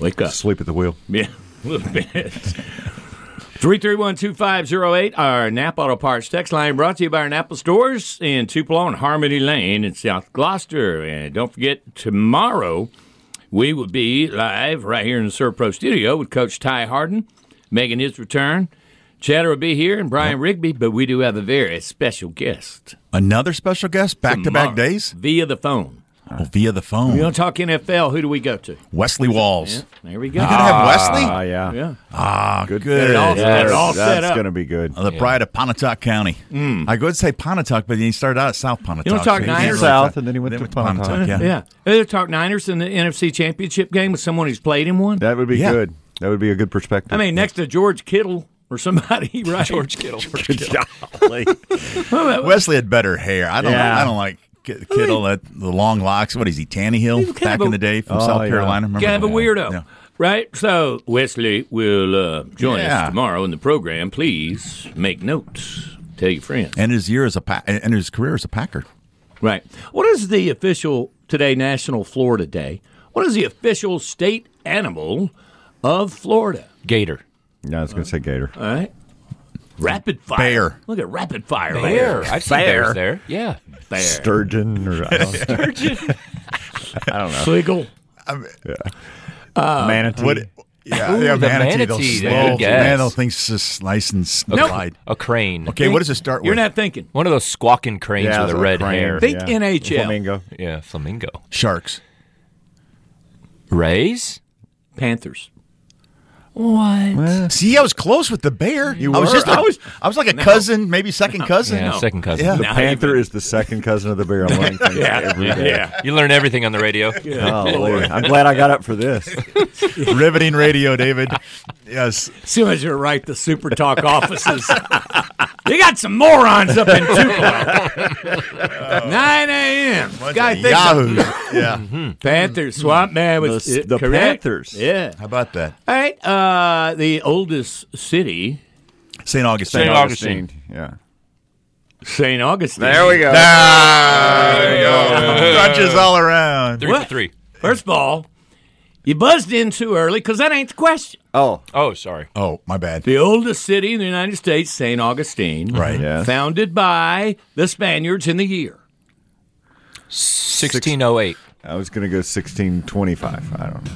Wake up.
Sleep at the wheel.
Yeah, a little bit.
3312508, our Nap Auto Parts text line brought to you by our Napa stores in Tupelo and Harmony Lane in South Gloucester. And don't forget, tomorrow we will be live right here in the Sur Pro studio with Coach Ty Harden making his return. Chatter will be here and Brian Rigby, but we do have a very special guest.
Another special guest, back to back
tomorrow
days
Via the phone.
oh, via the phone.
We don't talk NFL. Who do we go to?
Wesley Walls.
There we go.
You're gonna have Wesley.
Ah, yeah.
yeah.
Ah, good.
It all,
Yes,
it all set
that's
up.
going to be good. Mm.
Uh, The pride of Pontotoc County. I go to say Pontotoc, but then he started out at South Pontotoc.
You don't talk
he
Niners?
can't really
South,
talk-
and then he went to Pontotoc.
Yeah.
Yeah. They'll talk Niners in the NFC Championship game with someone who's played in one.
That would be
Yeah.
good. That would be a good perspective.
I mean, next to George Kittle or somebody, right?
George Kittle?
Wesley had better hair. I don't.
Yeah.
I don't like Ki- Kittle. that the long locks. What is he? Tanny Hill
He was kind
back
of
in
a-
the day from
Oh,
South
yeah.
Carolina. Remember?
Kind of a weirdo,
Yeah.
right? So Wesley will uh, join
Yeah.
us tomorrow in the program. Please make notes. Tell your friends.
And his year as a pa- and his career as a Packer.
Right. What is the official today, National Florida Day? What is the official state animal of Florida?
Gator.
yeah, I was going to say Gator.
All right. Rapid fire.
Bear.
Look at rapid fire.
Bear. I've seen
Bear.
bears there. Yeah.
Bear.
Sturgeon or I don't know.
Seagull.
manatee.
What? Yeah,
Ooh,
Uh, yeah,
the
manatee. those
manatee,
slow-
good
man,
guess.
those things just nice and
Nope.
slide.
A crane.
Okay, what does it start
You're
with?
not thinking.
One of those squawking cranes
Yeah,
with
it's
the
a
red
crane.
hair.
Think
Yeah.
NHL.
Flamingo.
Yeah, flamingo.
Sharks.
Rays.
Panthers.
See, I was close with the bear. You I was
were.
just. I
I
was. I was like a cousin, maybe second cousin.
Yeah, second cousin.
Yeah.
The panther is the second cousin of the bear. I'm learning things every day.
You learn everything on the radio.
Holy. I'm glad I got up for this.
Riveting radio, David. yes.
soon as you're right, the Super Talk offices. you got some morons up in Tupelo. 9 a.m. Guy thinks
Yahoo. yeah.
Panthers, Swamp Man was
The- the
uh, Mm-hmm. correct.
Panthers.
Yeah.
How about that?
All right. Uh, the oldest city,
St. Augustine.
St. Augustine.
Yeah.
St. Augustine.
go.
Ah,
Crutches all around.
Three
What?
for three.
First of all, you buzzed in too early because that ain't the question.
Oh,
Oh, sorry.
Oh, my bad.
The oldest city in the United States, St. Augustine.
Right.
yeah.
Founded by the Spaniards in the year.
1608.
I was going to go 1625. I don't know.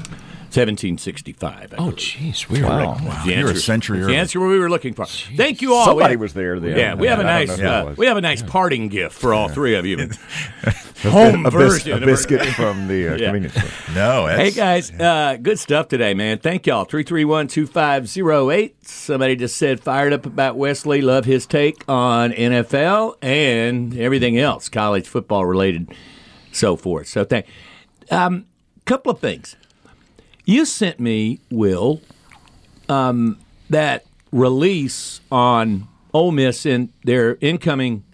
1765.
Oh, jeez, we are wrong.
Wow.
You're a century
the
early.
answer we were looking for. Thank you all.
Somebody
Oh, We-
was there then.
Yeah, we have a
I don't
nice
know who it
uh,
was.
we have a nice parting gift for all three of you. Home
a, bis-
version
a
of our-
biscuit from the uh,
Yeah.
convenience store.
No,
Hey guys,
that's,
uh, good stuff today, man. Thank y'all. 331-2508. Somebody just said fired up about Wesley. Love his take on NFL and everything else, college football related, so forth. So thank. Um, couple of things. You sent me Will um, that release on Ole Miss and their incoming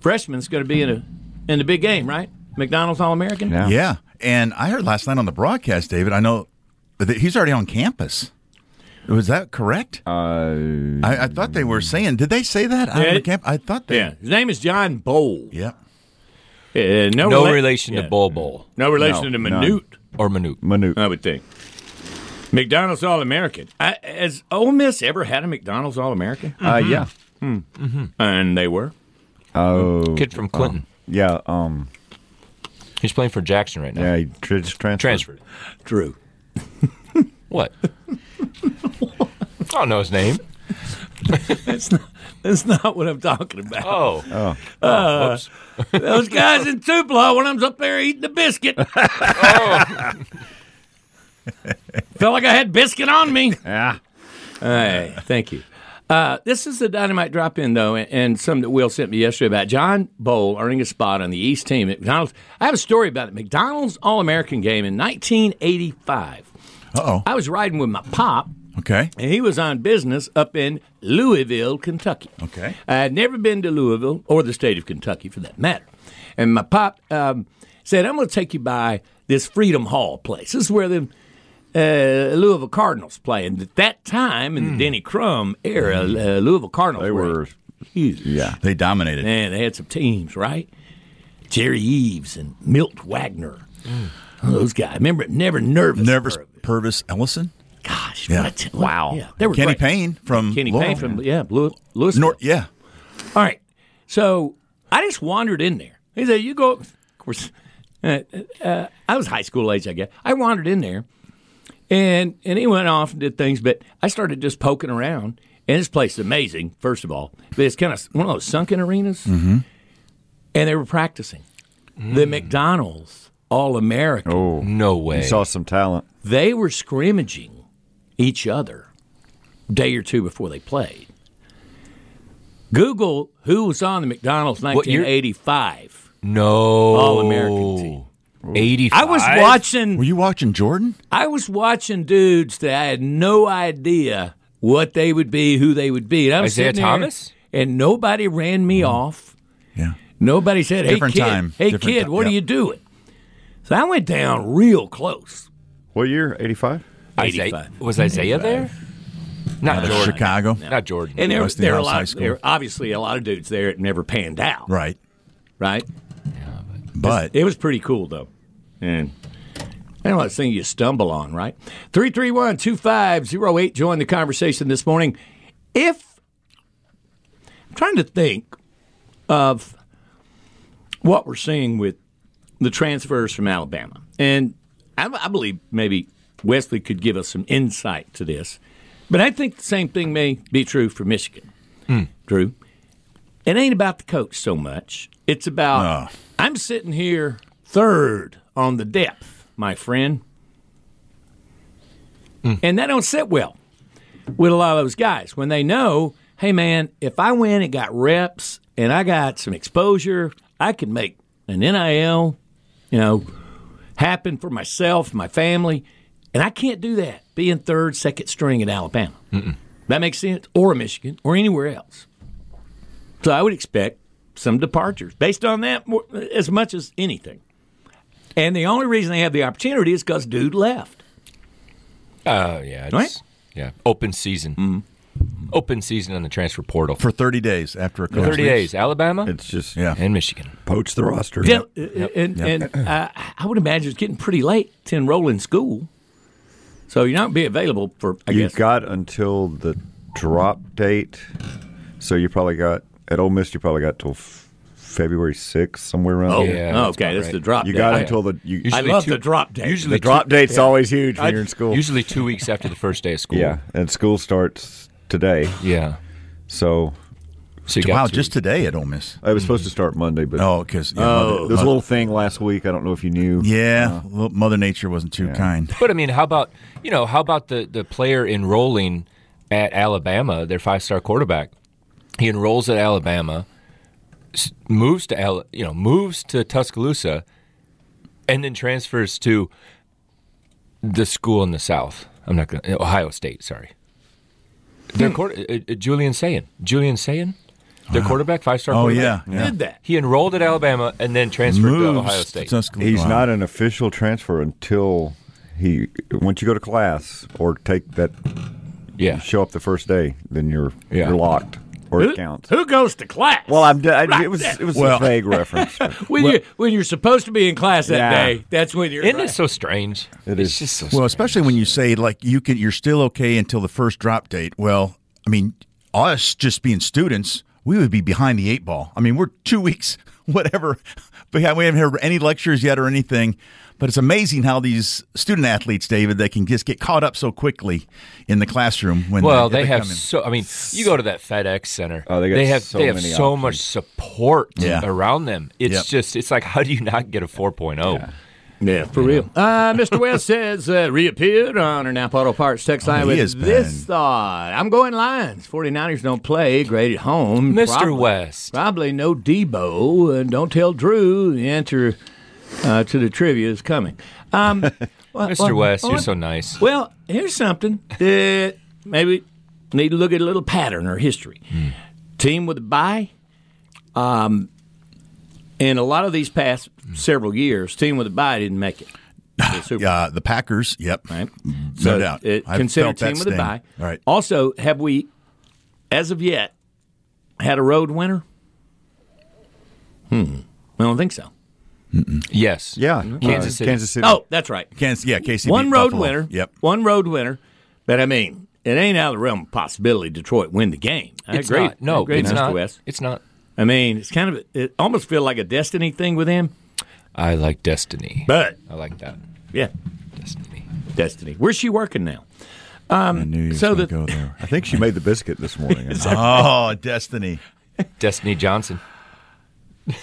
freshman's going to be in a in the big game, right? McDonald's All American.
Yeah.
yeah. And I heard last night on the broadcast, David. I know that he's already on campus. Was that correct?
Uh,
I, I thought they were saying. Did they say that? I,
Yeah.
don't camp- I thought they.
Yeah, his name is John Bowl.
Yeah.
Uh, no,
No
rela-
relation
yeah.
to Bull Bowl
No relation
No,
to
none.
Minute,
or Manute.
Manute.
I would think. McDonald's All American. Has Ole Miss ever had a McDonald's All American?
Uh, yeah.
And they were.
Oh,
Kid from Clinton.
yeah. Um,
He's playing for Jackson right now.
yeah. He tr- just transferred.
Transferred.
True.
What? I don't know his name.
That's not, that's not what I'm talking about.
Oh. Oh. whoops.
Those guys in Tupelo, when I was up there eating the biscuit,
Oh.
felt like I had biscuit on me.
Yeah.
All right, thank you. Uh, this is the dynamite drop in though, and, and some that Will sent me yesterday about John Bowl earning a spot on the East team at McDonald's. I have a story about the McDonald's All American game in 1985.
Uh oh.
I was riding with my pop,
Okay.
and he was on business up in Louisville, Kentucky.
Okay.
I had never been to Louisville or the state of Kentucky for that matter. And my pop um, said, I'm going to take you by this Freedom Hall place. This is where the uh, Louisville Cardinals play. And at that time,
Hmm.
in the Denny Crum era, uh, Louisville Cardinals
They
were,
were-
huge.
Yeah.
They dominated.
Man, they had some teams, right? Jerry Eves and Milt Wagner. Those guys. Remember, never nervous.
Hmm. Nervous
for-
Purvis Ellison,
Gosh.
Yeah.
What, what-
Wow.
Yeah, they were
Kenny
great.
Payne from
Kenny
Louisville.
Payne from, yeah, Blue, Louisville.
Mm, Nor- yeah.
All right. So I just wandered in there. He said, You go. Of course, uh, uh, I was high school age, I guess. I wandered in there and, and he went off and did things, but I started just poking around. And this place is amazing, first of all, but it's kind of one of those sunken arenas. And they were practicing. The McDonald's All American.
No way.
You saw some talent.
They were scrimmaging each other day or two before they played. Google who was on the McDonald's
What year?
1985.
no.
Oh.
All-American team.
85.
I was watching
Were you watching Jordan?
I was watching dudes that I had no idea what they would be, who they would be. And I was
Isaiah
sitting there,
Thomas?
and nobody ran me off.
Mm-hmm. Yeah.
Nobody said, "Hey
Different
kid,
time.
hey
Different
kid,
ti-
what are
yeah.
you doing?" So I went down real close.
What year? 85?
Isaiah,
85.
was Isaiah there? Not Jordan.
Chicago.
Not Jordan.
And there,
Westinghouse
there are a
High
lot,
School.
there are obviously a lot of dudes there. It never panned out,
Right.
right?
But
It was pretty cool, though. And I know that thing you stumble on, right? 331 2508. Join the conversation this morning. If I'm trying to think of what we're seeing with the transfers from Alabama, and I, I believe maybe Wesley could give us some insight to this, but I think the same thing may be true for Michigan.
Hmm.
Drew, it ain't about the coach so much. It's about
No.
I'm sitting here third on the depth, my friend, and that don't sit well with a lot of those guys when they know, hey man, if I went and got reps and I got some exposure, I can make an NIL, you know, happen for myself, my family, and I can't do that being third, second string at Alabama. That makes sense, or Michigan, or anywhere else. So I would expect some departures based on that more, as much as anything. And the only reason they have the opportunity is because dude left.
Oh, yeah. it's-
Right? Mm-hmm.
Yeah. Open season. Open season on the transfer portal.
for 30 days after a coach
30
leaves.
days. Alabama
It's just
Yeah.
and Michigan.
poach the roster.
Yeah, and, and uh, I would imagine it's getting pretty late to enroll in school, so you're not gonna be available for. I
You've
guess
got until the drop date. So you probably got, at Ole Miss, you probably got till f-
February 6th, somewhere around
Oh,
there.
yeah, okay, that's the drop
You
date.
got
Oh, Yeah.
until the. You,
I love the drop date.
Usually
the drop
two-
date's
yeah.
always huge when
I-
you're in school.
Usually two weeks after the first day of school.
yeah, and school starts today.
Yeah.
So
So you got
Wow,
two
just today at Ole Miss.
it was supposed to start Monday, but
Oh, because yeah,
there
mother,
was a little thing last week. I don't know if you knew. Uh,
yeah, little- Mother Nature wasn't too kind.
But I mean, how about you know, how about the the player enrolling at Alabama, their five star quarterback? He enrolls at Alabama, s- moves to Al, you know, moves to Tuscaloosa, and then transfers to the school in the South. I'm not going to Ohio State. Sorry,
Hmm.
their quarter, uh, uh, Julian Sayin. Julian Sayin, their quarterback, five star.
Oh yeah,
quarterback.
yeah.
Did that.
He enrolled at Alabama and then transferred to Ohio
moves. to
State.
Tuscaloosa.
He's
Wow.
not an official transfer until he once you go to class or take that
yeah,
show up the first day, then you're
Yeah.
you're locked or
Who,
it counts.
who goes to class?
Well, I'm. d- I, it was it was
Well-
a vague reference. but
when, you, when you're supposed to be in class that
Yeah.
day, that's when you're.
isn't it so strange?
It
it's
is.
just so
Well, especially when you say like you can, you're still okay until the first drop date. Well, I mean, us just being students, we would be behind the eight ball. I mean, we're two weeks, whatever. But yeah, we haven't heard any lectures yet or anything. But it's amazing how these student athletes, David, they can just get caught up so quickly in the classroom when
Well, they, have
come in.
so. I mean, you go to that FedEx center.
Oh, they got
have
so
they have
many
so
options.
much support
Yeah.
around them. It's
Yep.
just it's like how do you not get a oh? 4.0?
Yeah, for real. Uh, Mr. West has uh, reappeared on our Nap Auto Parts text line
he has
with
been.
this thought. I'm going Lions. 49ers don't play great at home.
Mr.
Probably-
West.
Probably no Debo. And don't tell Drew the answer uh, to the trivia is coming. Um, well-
Mr.
well-
West, you're
well,
so nice.
Well, here's something that maybe need to look at a little pattern or history.
Hmm.
Team with a bye. Um, in a lot of these past several years, team with a bye didn't make it. to the Super Bowl.
Hmm. Yeah, the Packers. Yep,
Right.
no
So
doubt.
It,
I've
consider
felt that
team with a
sting.
bye.
All right.
Also, have we, as of yet, had a road winner? Hmm. I don't think so.
Yes.
yeah,
Mm-hmm.
Mm-hmm.
Kansas
uh,
City.
Kansas City.
Oh, that's right.
Kansas, yeah, Casey.
One
beat
road
Buffalo.
winner.
Yep.
One road winner. But I mean, it ain't out of the realm of possibility Detroit win the game. I
It's
agree.
not. No,
I agree,
it's
Mr.
not.
West.
It's not.
I mean, it's kind of it almost feel like a destiny thing with him.
I like destiny.
But
I like that.
yeah,
Destiny.
destiny. Where's she working now?
I knew you were
Um, so
going to
the-
go there.
I think she made the biscuit this morning.
Oh, destiny.
Destiny Johnson.
Put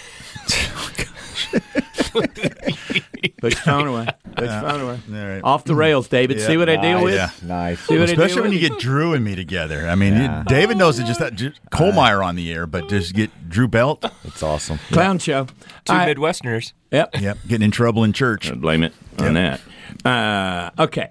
your phone away. Put your phone away.
All right.
Off the rails, David. See what I deal with.
Yeah.
nice.
See what I
Especially
deal
when you
with.
get Drew and me together. I mean, you- David knows it just that just Colmeyer
Uh,
on the air, but just get Drew Belt.
That's awesome.
clown show.
Two
All right.
Midwesterners.
Yep.
Yep, getting in trouble in church.
Uh,
blame it on that. Uh, okay,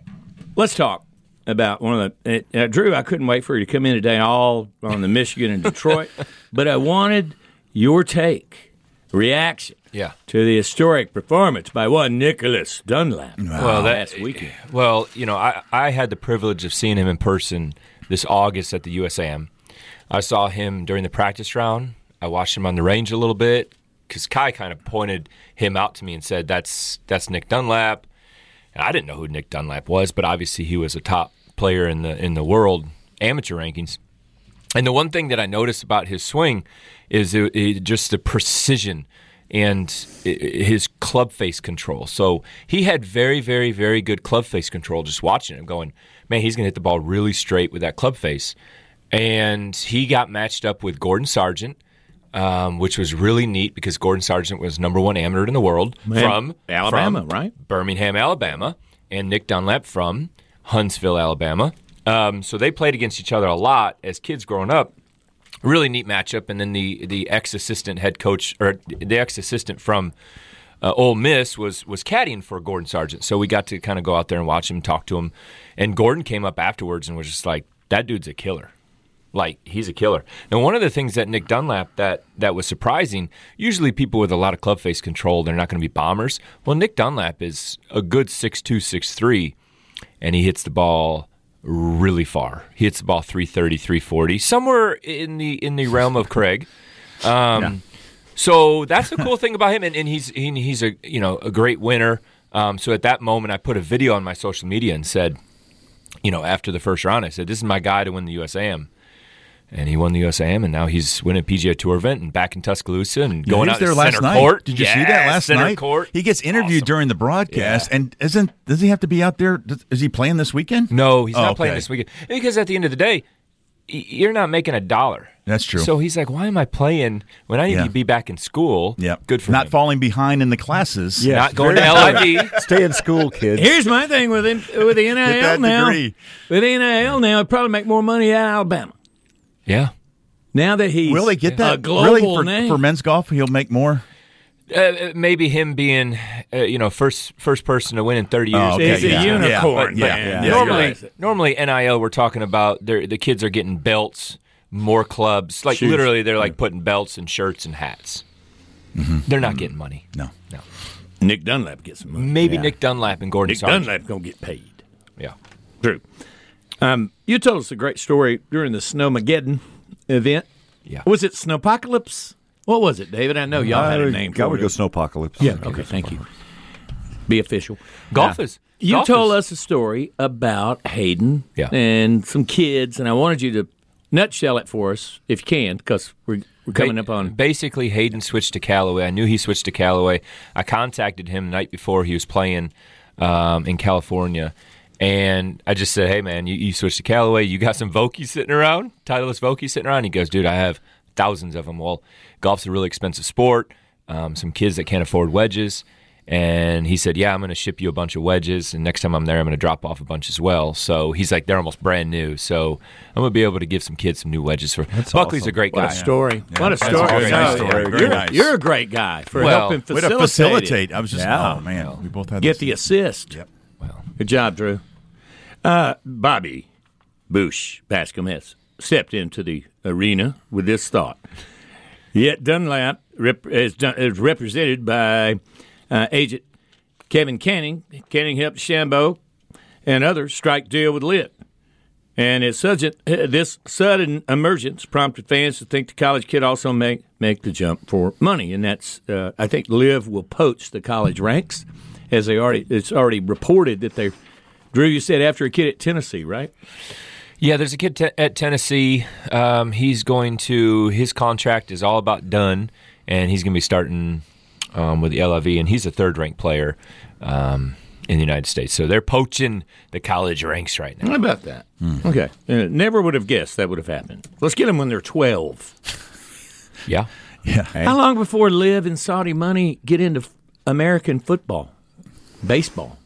let's talk about one of the uh, uh, Drew. I couldn't wait for you to come in today, all on the Michigan and Detroit, but I wanted your take, reaction,
Yeah.
to the historic performance by one Nicholas Dunlap.
Well, that-
last weekend.
Well, you know, I, I had the privilege of seeing him in person this August at the USAM. I saw him during the practice round. I watched him on the range a little bit because Kai kind of pointed him out to me and said, "That's that's Nick Dunlap." And I didn't know who Nick Dunlap was, but obviously he was a top player in the in the world amateur rankings. And the one thing that I noticed about his swing is it, it- just the precision and i- i- his club face control. So he had very, very, very good club face control. Just watching him, going, man, he's going to hit the ball really straight with that club face. And he got matched up with Gordon Sargent, um, which was really neat because Gordon Sargent was number one amateur in the world from
Alabama,
from
right?
Birmingham, Alabama, and Nick Dunlap from Huntsville, Alabama. Um, so they played against each other a lot as kids growing up. Really neat matchup. And then the the ex assistant head coach or the ex assistant from uh, Ole Miss was was caddying for Gordon Sargent, so we got to kind of go out there and watch him, talk to him, and Gordon came up afterwards and was just like, "That dude's a killer." Like he's a killer. Now, one of the things that Nick Dunlap that that was surprising. Usually, people with a lot of club face control, they're not going to be bombers. Well, Nick Dunlap is a good six two, six three, and he hits the ball really far. He hits the ball 330, 340, somewhere in the in the realm of Craig. Um, So that's the cool thing about him, and, and he's he, he's a you know a great winner. Um, so at that moment, I put a video on my social media and said, you know, after the first round, I said, "This is my guy to win the USAM." and he won the USAM, and now he's winning a PGA Tour event and back in Tuscaloosa and going
he
out
was there
to
last
center
night.
court.
Did you see
Yeah,
that last
center
night?
Court.
He gets interviewed during the broadcast, and isn't does he have to be out there? Does, is he playing this weekend?
No, he's
Oh,
not playing
okay.
this weekend because at the end of the day, y- you're not making a dollar.
That's true.
So he's like, "Why am I playing when I need
Yeah.
to be back in school?"
yeah,
good for
not
him.
falling behind in the classes.
Yes,
not going to
very
LIV.
Stay in school, kids.
Here's my thing with in- with the NIL
that
now.
degree.
With the NIL now, I'd probably make more money out of Alabama
yeah,
now that he's
Will he get
a
that?
global
really for,
name.
for men's golf, he'll make more.
Uh, maybe him being, uh, you know, first first person to win in 30 years.
Oh, okay,
He's a
yeah.
unicorn.
Yeah,
man.
yeah, yeah.
normally,
you're right.
normally NIL, we're talking about they're- the kids are getting belts, more clubs. Like literally, they're like putting belts and shirts and hats.
Mm-hmm.
They're not getting money.
No.
Nick Dunlap gets some
Mm-hmm.
money.
Maybe Nick Dunlap and Gordon
Nick
Sargent.
Dunlap gonna get paid.
Yeah.
True. Um, you told us a great story during the Snowmageddon event.
Yeah.
Was it Snowpocalypse? What was it, David? I know y'all had a name.
I
for
would
it.
go snowpocalypse.
Yeah. Okay. Thank you. Be official.
Golf is.
You
golf
told
is-
us a story about Hayden
Yeah.
and some kids, and I wanted you to nutshell it for us if you can, because we're, we're coming
Ba-
up on.
Basically, Hayden switched to Callaway. I knew he switched to Callaway. I contacted him the night before he was playing um, in California, and I just said, "Hey, man, you, you switched to Callaway. You got some Vokey sitting around, Titleist Vokey sitting around." He goes, "Dude, I have thousands of them. Well, golf's a really expensive sport. Um, some kids that can't afford wedges." And he said, "Yeah, I'm going to ship you a bunch of wedges, and next time I'm there, I'm going to drop off a bunch as well." So he's like, "They're almost brand new, so I'm going to be able to give some kids some new wedges for." Buckley's a great
What
guy.
a story! What a
That's a
story!
very nice
No,
story.
yeah.
Very
You're,
nice.
you're a great guy for
Well,
helping
Oh, Way to
facilitate.
facilitate.
it.
I was just,
Yeah.
oh man, we both had
Get the
this.
assist.
Yep.
Good job, Drew. Uh, Bobby Bush Pascomez stepped into the arena with this thought. Yet Dunlap rep- is, dun- is represented by uh, agent Kevin Canning. Canning helped Shambo and others strike deal with Lit. And it's sudden, uh, this sudden emergence prompted fans to think the college kid also may make the jump for money, and that's uh, I think Live will poach the college ranks, as they already it's already reported that they. Drew, you said after a kid at Tennessee, right?
Yeah, there's a kid te- at Tennessee. Um, he's going to his contract is all about done, and he's going to be starting um, with the LIV, and he's a third ranked player um, in the United States. So they're poaching the college ranks right now.
How about that? Okay, Uh, never would have guessed that would have happened. Let's get them when they're twelve.
Yeah,
Yeah.
How long before Live and Saudi money get into f- American football, baseball?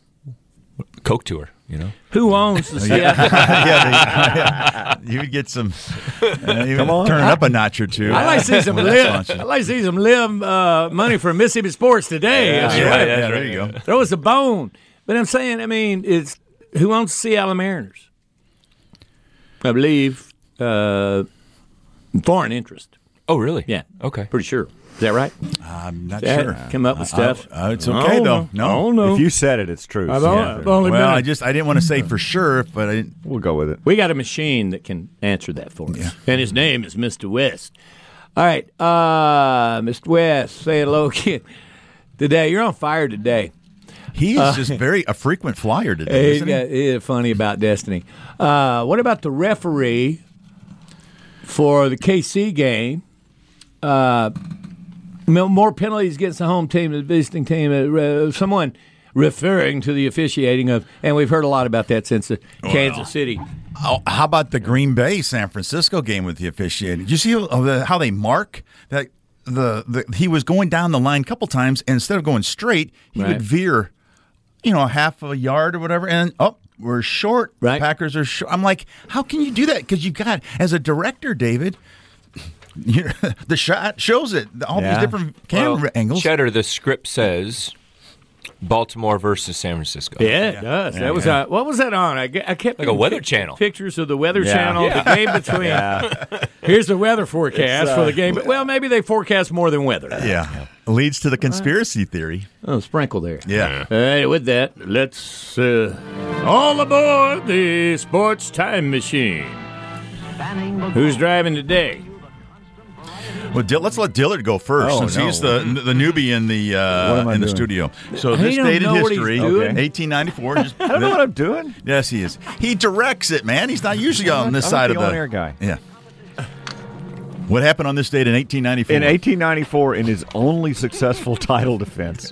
Coke tour. You know,
Who owns the Seattle?
yeah, they- you would get some. Uh, you Come on, turn it up a notch or two.
I like to see some
With
live.
sponsor.
I like to see some live uh, money from Mississippi sports today.
Yeah,
Uh,
yeah, there you go.
Throw us a bone. But I'm saying, I mean, it's who owns the Seattle Mariners? I believe uh, foreign interest.
oh really?
Yeah.
Okay.
Pretty sure. Is that right?
I'm not
That
sure.
come up with
I-
stuff.
I- it's okay though. No,
Oh no.
If you said it, it's true.
I've
So,
only,
yeah.
I've only
Well,
been-
I just I didn't want to say for sure, but I didn't.
we'll go with it.
We got a machine that can answer that for us. And his name is Mr. West. All right, uh, Mr. West, say hello again today. You're on fire today.
He
Uh,
is just very a frequent flyer today,
He's
isn't he?
got, he's funny about Destiny. Uh, what about the referee for the KC game? Uh, mo- more penalties against the home team than the visiting team. Uh, re- someone referring to the officiating of, and we've heard a lot about that since the Kansas City.
Oh, how about the Green Bay San Francisco game with the officiating? Did you see how- the- how they mark that? The, the he was going down the line a couple times, and instead of going straight, he
Right.
would veer, you know, a half a yard or whatever, and oh, we're short.
Right.
Packers are short. I'm like, how can you do that? Because you got as a director, David. you're- the shot shows it. All
Yeah.
these different camera
Well,
angles.
Cheddar, the script says Baltimore versus San Francisco.
Yeah, it does. that was uh, what was that on? I, ge- I kept
Like a
getting
Weather
pic-
Channel.
pictures of the Weather
Yeah.
Channel. The game between. Here's the weather forecast for the game. But, well, maybe they forecast more than weather.
Yeah. Leads to the conspiracy theory.
Oh, sprinkle there.
Yeah.
All right, with that, let's uh, all aboard the sports time machine. Who's driving today?
Well, Dill, let's let Dillard go first
Oh,
since he's the the newbie in the
What
uh,
am I
in the
doing?
studio. So
I
this
don't
date in
know what he's
history,
doing.
1894. Just,
I don't know what I'm doing.
yes, he is. He directs it, man. He's not usually on
not-
this
I'm not
side
the
of the
on-air guy.
Yeah. What happened on this date in 1894?
In 1894, in his only successful title defense,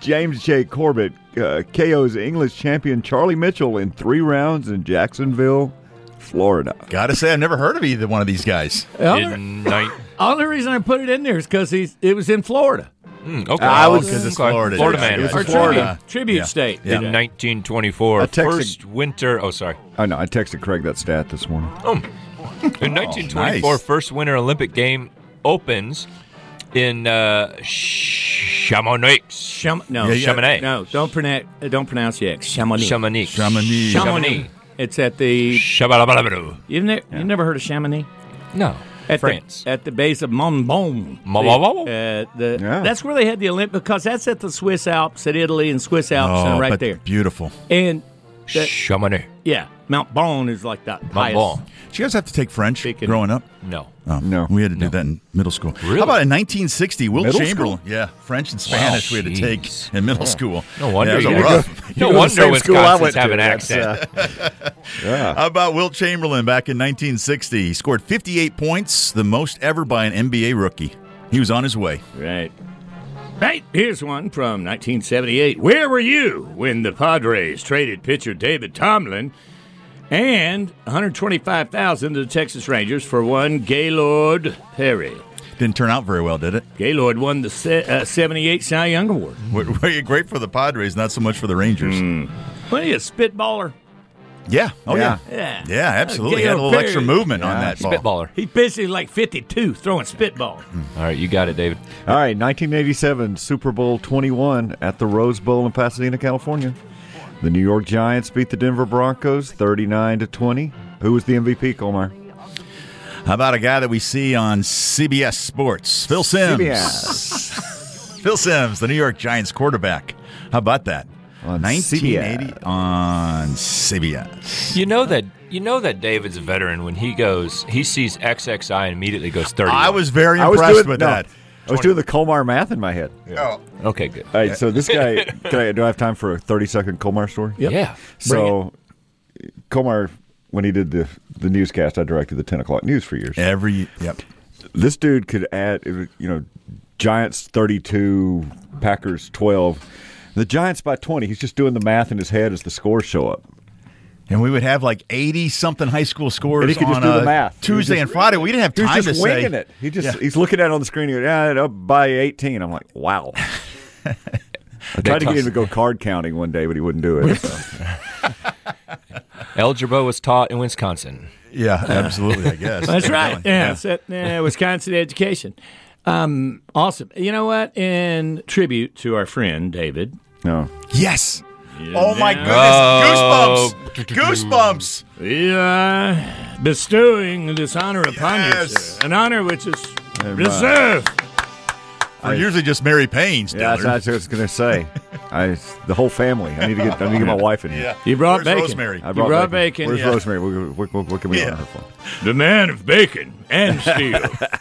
James J. Corbett uh, KOs English champion Charlie Mitchell in three rounds in Jacksonville, Florida.
Gotta say, I've never heard of either one of these guys.
In night.
Only reason I put it in there is because it was in Florida.
Mm, okay.
I was- 'cause it's
Okay.
Florida.
Florida
Yeah,
man.
it was
Or
in Florida.
tribute, tribute
Yeah.
state.
Yeah.
In 1924,
I texted-
first winter. Oh, sorry.
I know. I texted Craig that stat this morning.
In
Oh,
1924,
nice.
first Winter Olympic game opens in uh, Chamonix.
Cham- no,
Yeah, yeah.
Chamonix.
no, don't pronounce don't pronounce yet. Chamonix.
Chamonix.
Chamonix.
Chamonix.
It's at the
Chabalabalabaloo.
you've, ne- you've never heard of Chamonix?
No.
At
France.
the, at the base of Mont Bon.
Mont
The-
Bon.
uh, the-
Yeah.
That's where they had the Olympic because that's at the Swiss Alps, at Italy and Swiss Alps, and right
Oh, but
there.
Beautiful.
And that-
Chamonix.
yeah, Mount Bon is like that.
Mont Blanc.
Did you guys have to take French
Speaking-
growing up?
No.
Oh,
No.
We had to do that in middle school. How about in 1960, Will
Middle
Chamberlain? Yeah, French and Spanish we had to
Jeez.
take in middle school.
No wonder
Yeah, it
you
was rough.
No
You know the
wonder
same school I
Wisconsin's
went to.
have an
That's,
accent.
uh, yeah.
How about Wilt Chamberlain back in 1960? He scored 58 points, the most ever by an NBA rookie. He was on his way.
Right. Right, here's one from 1978. Where were you when the Padres traded pitcher David Tomlin and 125,000 to the Texas Rangers for one Gaylord Perry?
Didn't turn out very well, did it?
Gaylord won the se- uh, 78 Cy Young Award.
Were, were you great for the Padres, not so much for the Rangers?
Hmm.
What are you, a spitballer?
Yeah. Oh, yeah.
Yeah.
Yeah,
Uh,
absolutely. He had a little
Gaylord
extra
Perry.
movement on that ball.
Spitballer.
He basically like 52 throwing spitball.
All right, you got it, David.
All right, 1987 Super Bowl 21 at the Rose Bowl in Pasadena, California. The New York Giants beat the Denver Broncos 39 to 20. Who was the MVP, Colmar?
How about a guy that we see on CBS Sports? Phil Sims.
CBS.
Phil Sims, the New York Giants quarterback. How about that?
On
1980
CBS.
on CBS.
You know that you know that David's a veteran when he goes he sees XXI and immediately goes 30.
I was very
I was
impressed
doing
with
no,
that.
I was doing the Colmar math in my head.
Oh.
Okay, good.
All right, so this guy, can I, do I have time for a 30 second Colmar story?
Yeah.
So, Colmar, when he did the, the newscast, I directed the 10 o'clock news for years.
Every yep.
this dude could add it was, you know giants 32 packers 12 the giants by 20 he's just doing the math in his head as the scores show up
And we would have like eighty something high school scores
And he could
on
just do the
a
math. He was
Tuesday
just-
and Friday. We didn't have
he's
time
just
to
winging
say
it he just
Yeah.
he's looking at it on the screen and yeah, up by 18 i'm like wow I tried to get him to go card counting one day, but he wouldn't do it. so.
Algebra was taught in Wisconsin.
Yeah, absolutely. I guess
That's right. Yeah,
Yeah.
it's at, uh, Wisconsin education. Um, awesome. You know what? In tribute to our friend David,
No,
Yes. Oh my goodness!
Oh.
Goosebumps! Goosebumps!
we are bestowing this honor upon you,
Yes.
sir. an honor which is reserved.
We're usually just Mary Payne's.
yeah, that's,
Dillard.
what I was going to say. I, the whole family. I need to get. I need to get my wife in here.
yeah.
You brought
Where's
bacon.
Rosemary.
I
You brought bacon,
Where's
yeah.
Rosemary? What, what, what can we
Yeah.
honor her for?
The man of bacon and steel.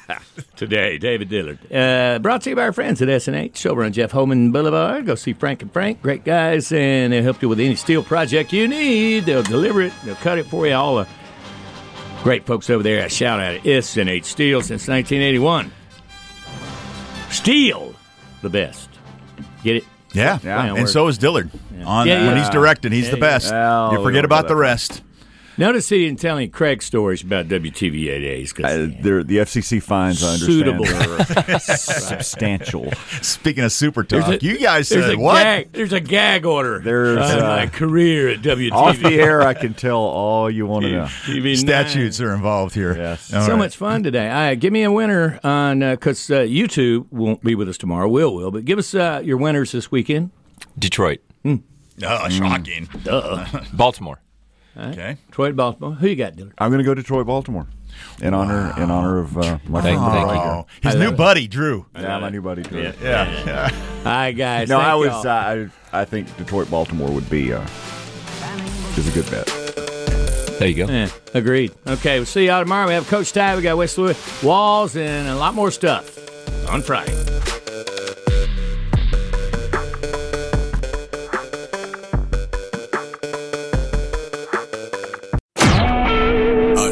Today, David Dillard. Uh, brought to you by our friends at SNH over on Jeff Holman Boulevard. Go see Frank and Frank. Great guys, and they'll help you with any steel project you need. They'll deliver it, they'll cut it for you. All the great folks over there. I shout out at SNH Steel since 1981. Steel, the best. Get it?
Yeah,
Yeah.
and so is Dillard. On uh,
Yeah,
when
yeah.
he's directing, he's the best.
Well,
you
we
forget
don't know
about the
that.
rest.
Notice he didn't tell any Craig stories about WTVA days. 'cause-
Uh, they're- the FCC fines, I understand,
Suitable.
are substantial.
Speaking of super
There's
talk,
a-
you guys
there's
said
a
what?
Gag, there's a gag order.
There's,
on
uh,
my career at WTV.
Off the air, I can tell all you want to know.
TV9.
Statutes are involved here.
Yes.
All
so
right.
much fun today. All right, give me a winner on because uh, you two won't be with us tomorrow. Will will, but give us uh, your winners this weekend.
Detroit.
Oh,
Mm.
shocking.
Baltimore.
Okay.
Detroit, Baltimore. Who you got, Dillard?
I'm going to go Detroit, Baltimore, in honor in honor of uh, my friend.
Thank, thank you.
Oh, his new buddy Drew.
Yeah, my new buddy. Drew.
All right, guys.
No,
thank
I was.
y'all.
Uh, I I think Detroit, Baltimore would be uh, is a good bet.
There you go.
Yeah, agreed. Okay, we'll see y'all tomorrow. We have Coach Ty. We got West Lewis Walls and a lot more stuff on Friday.
A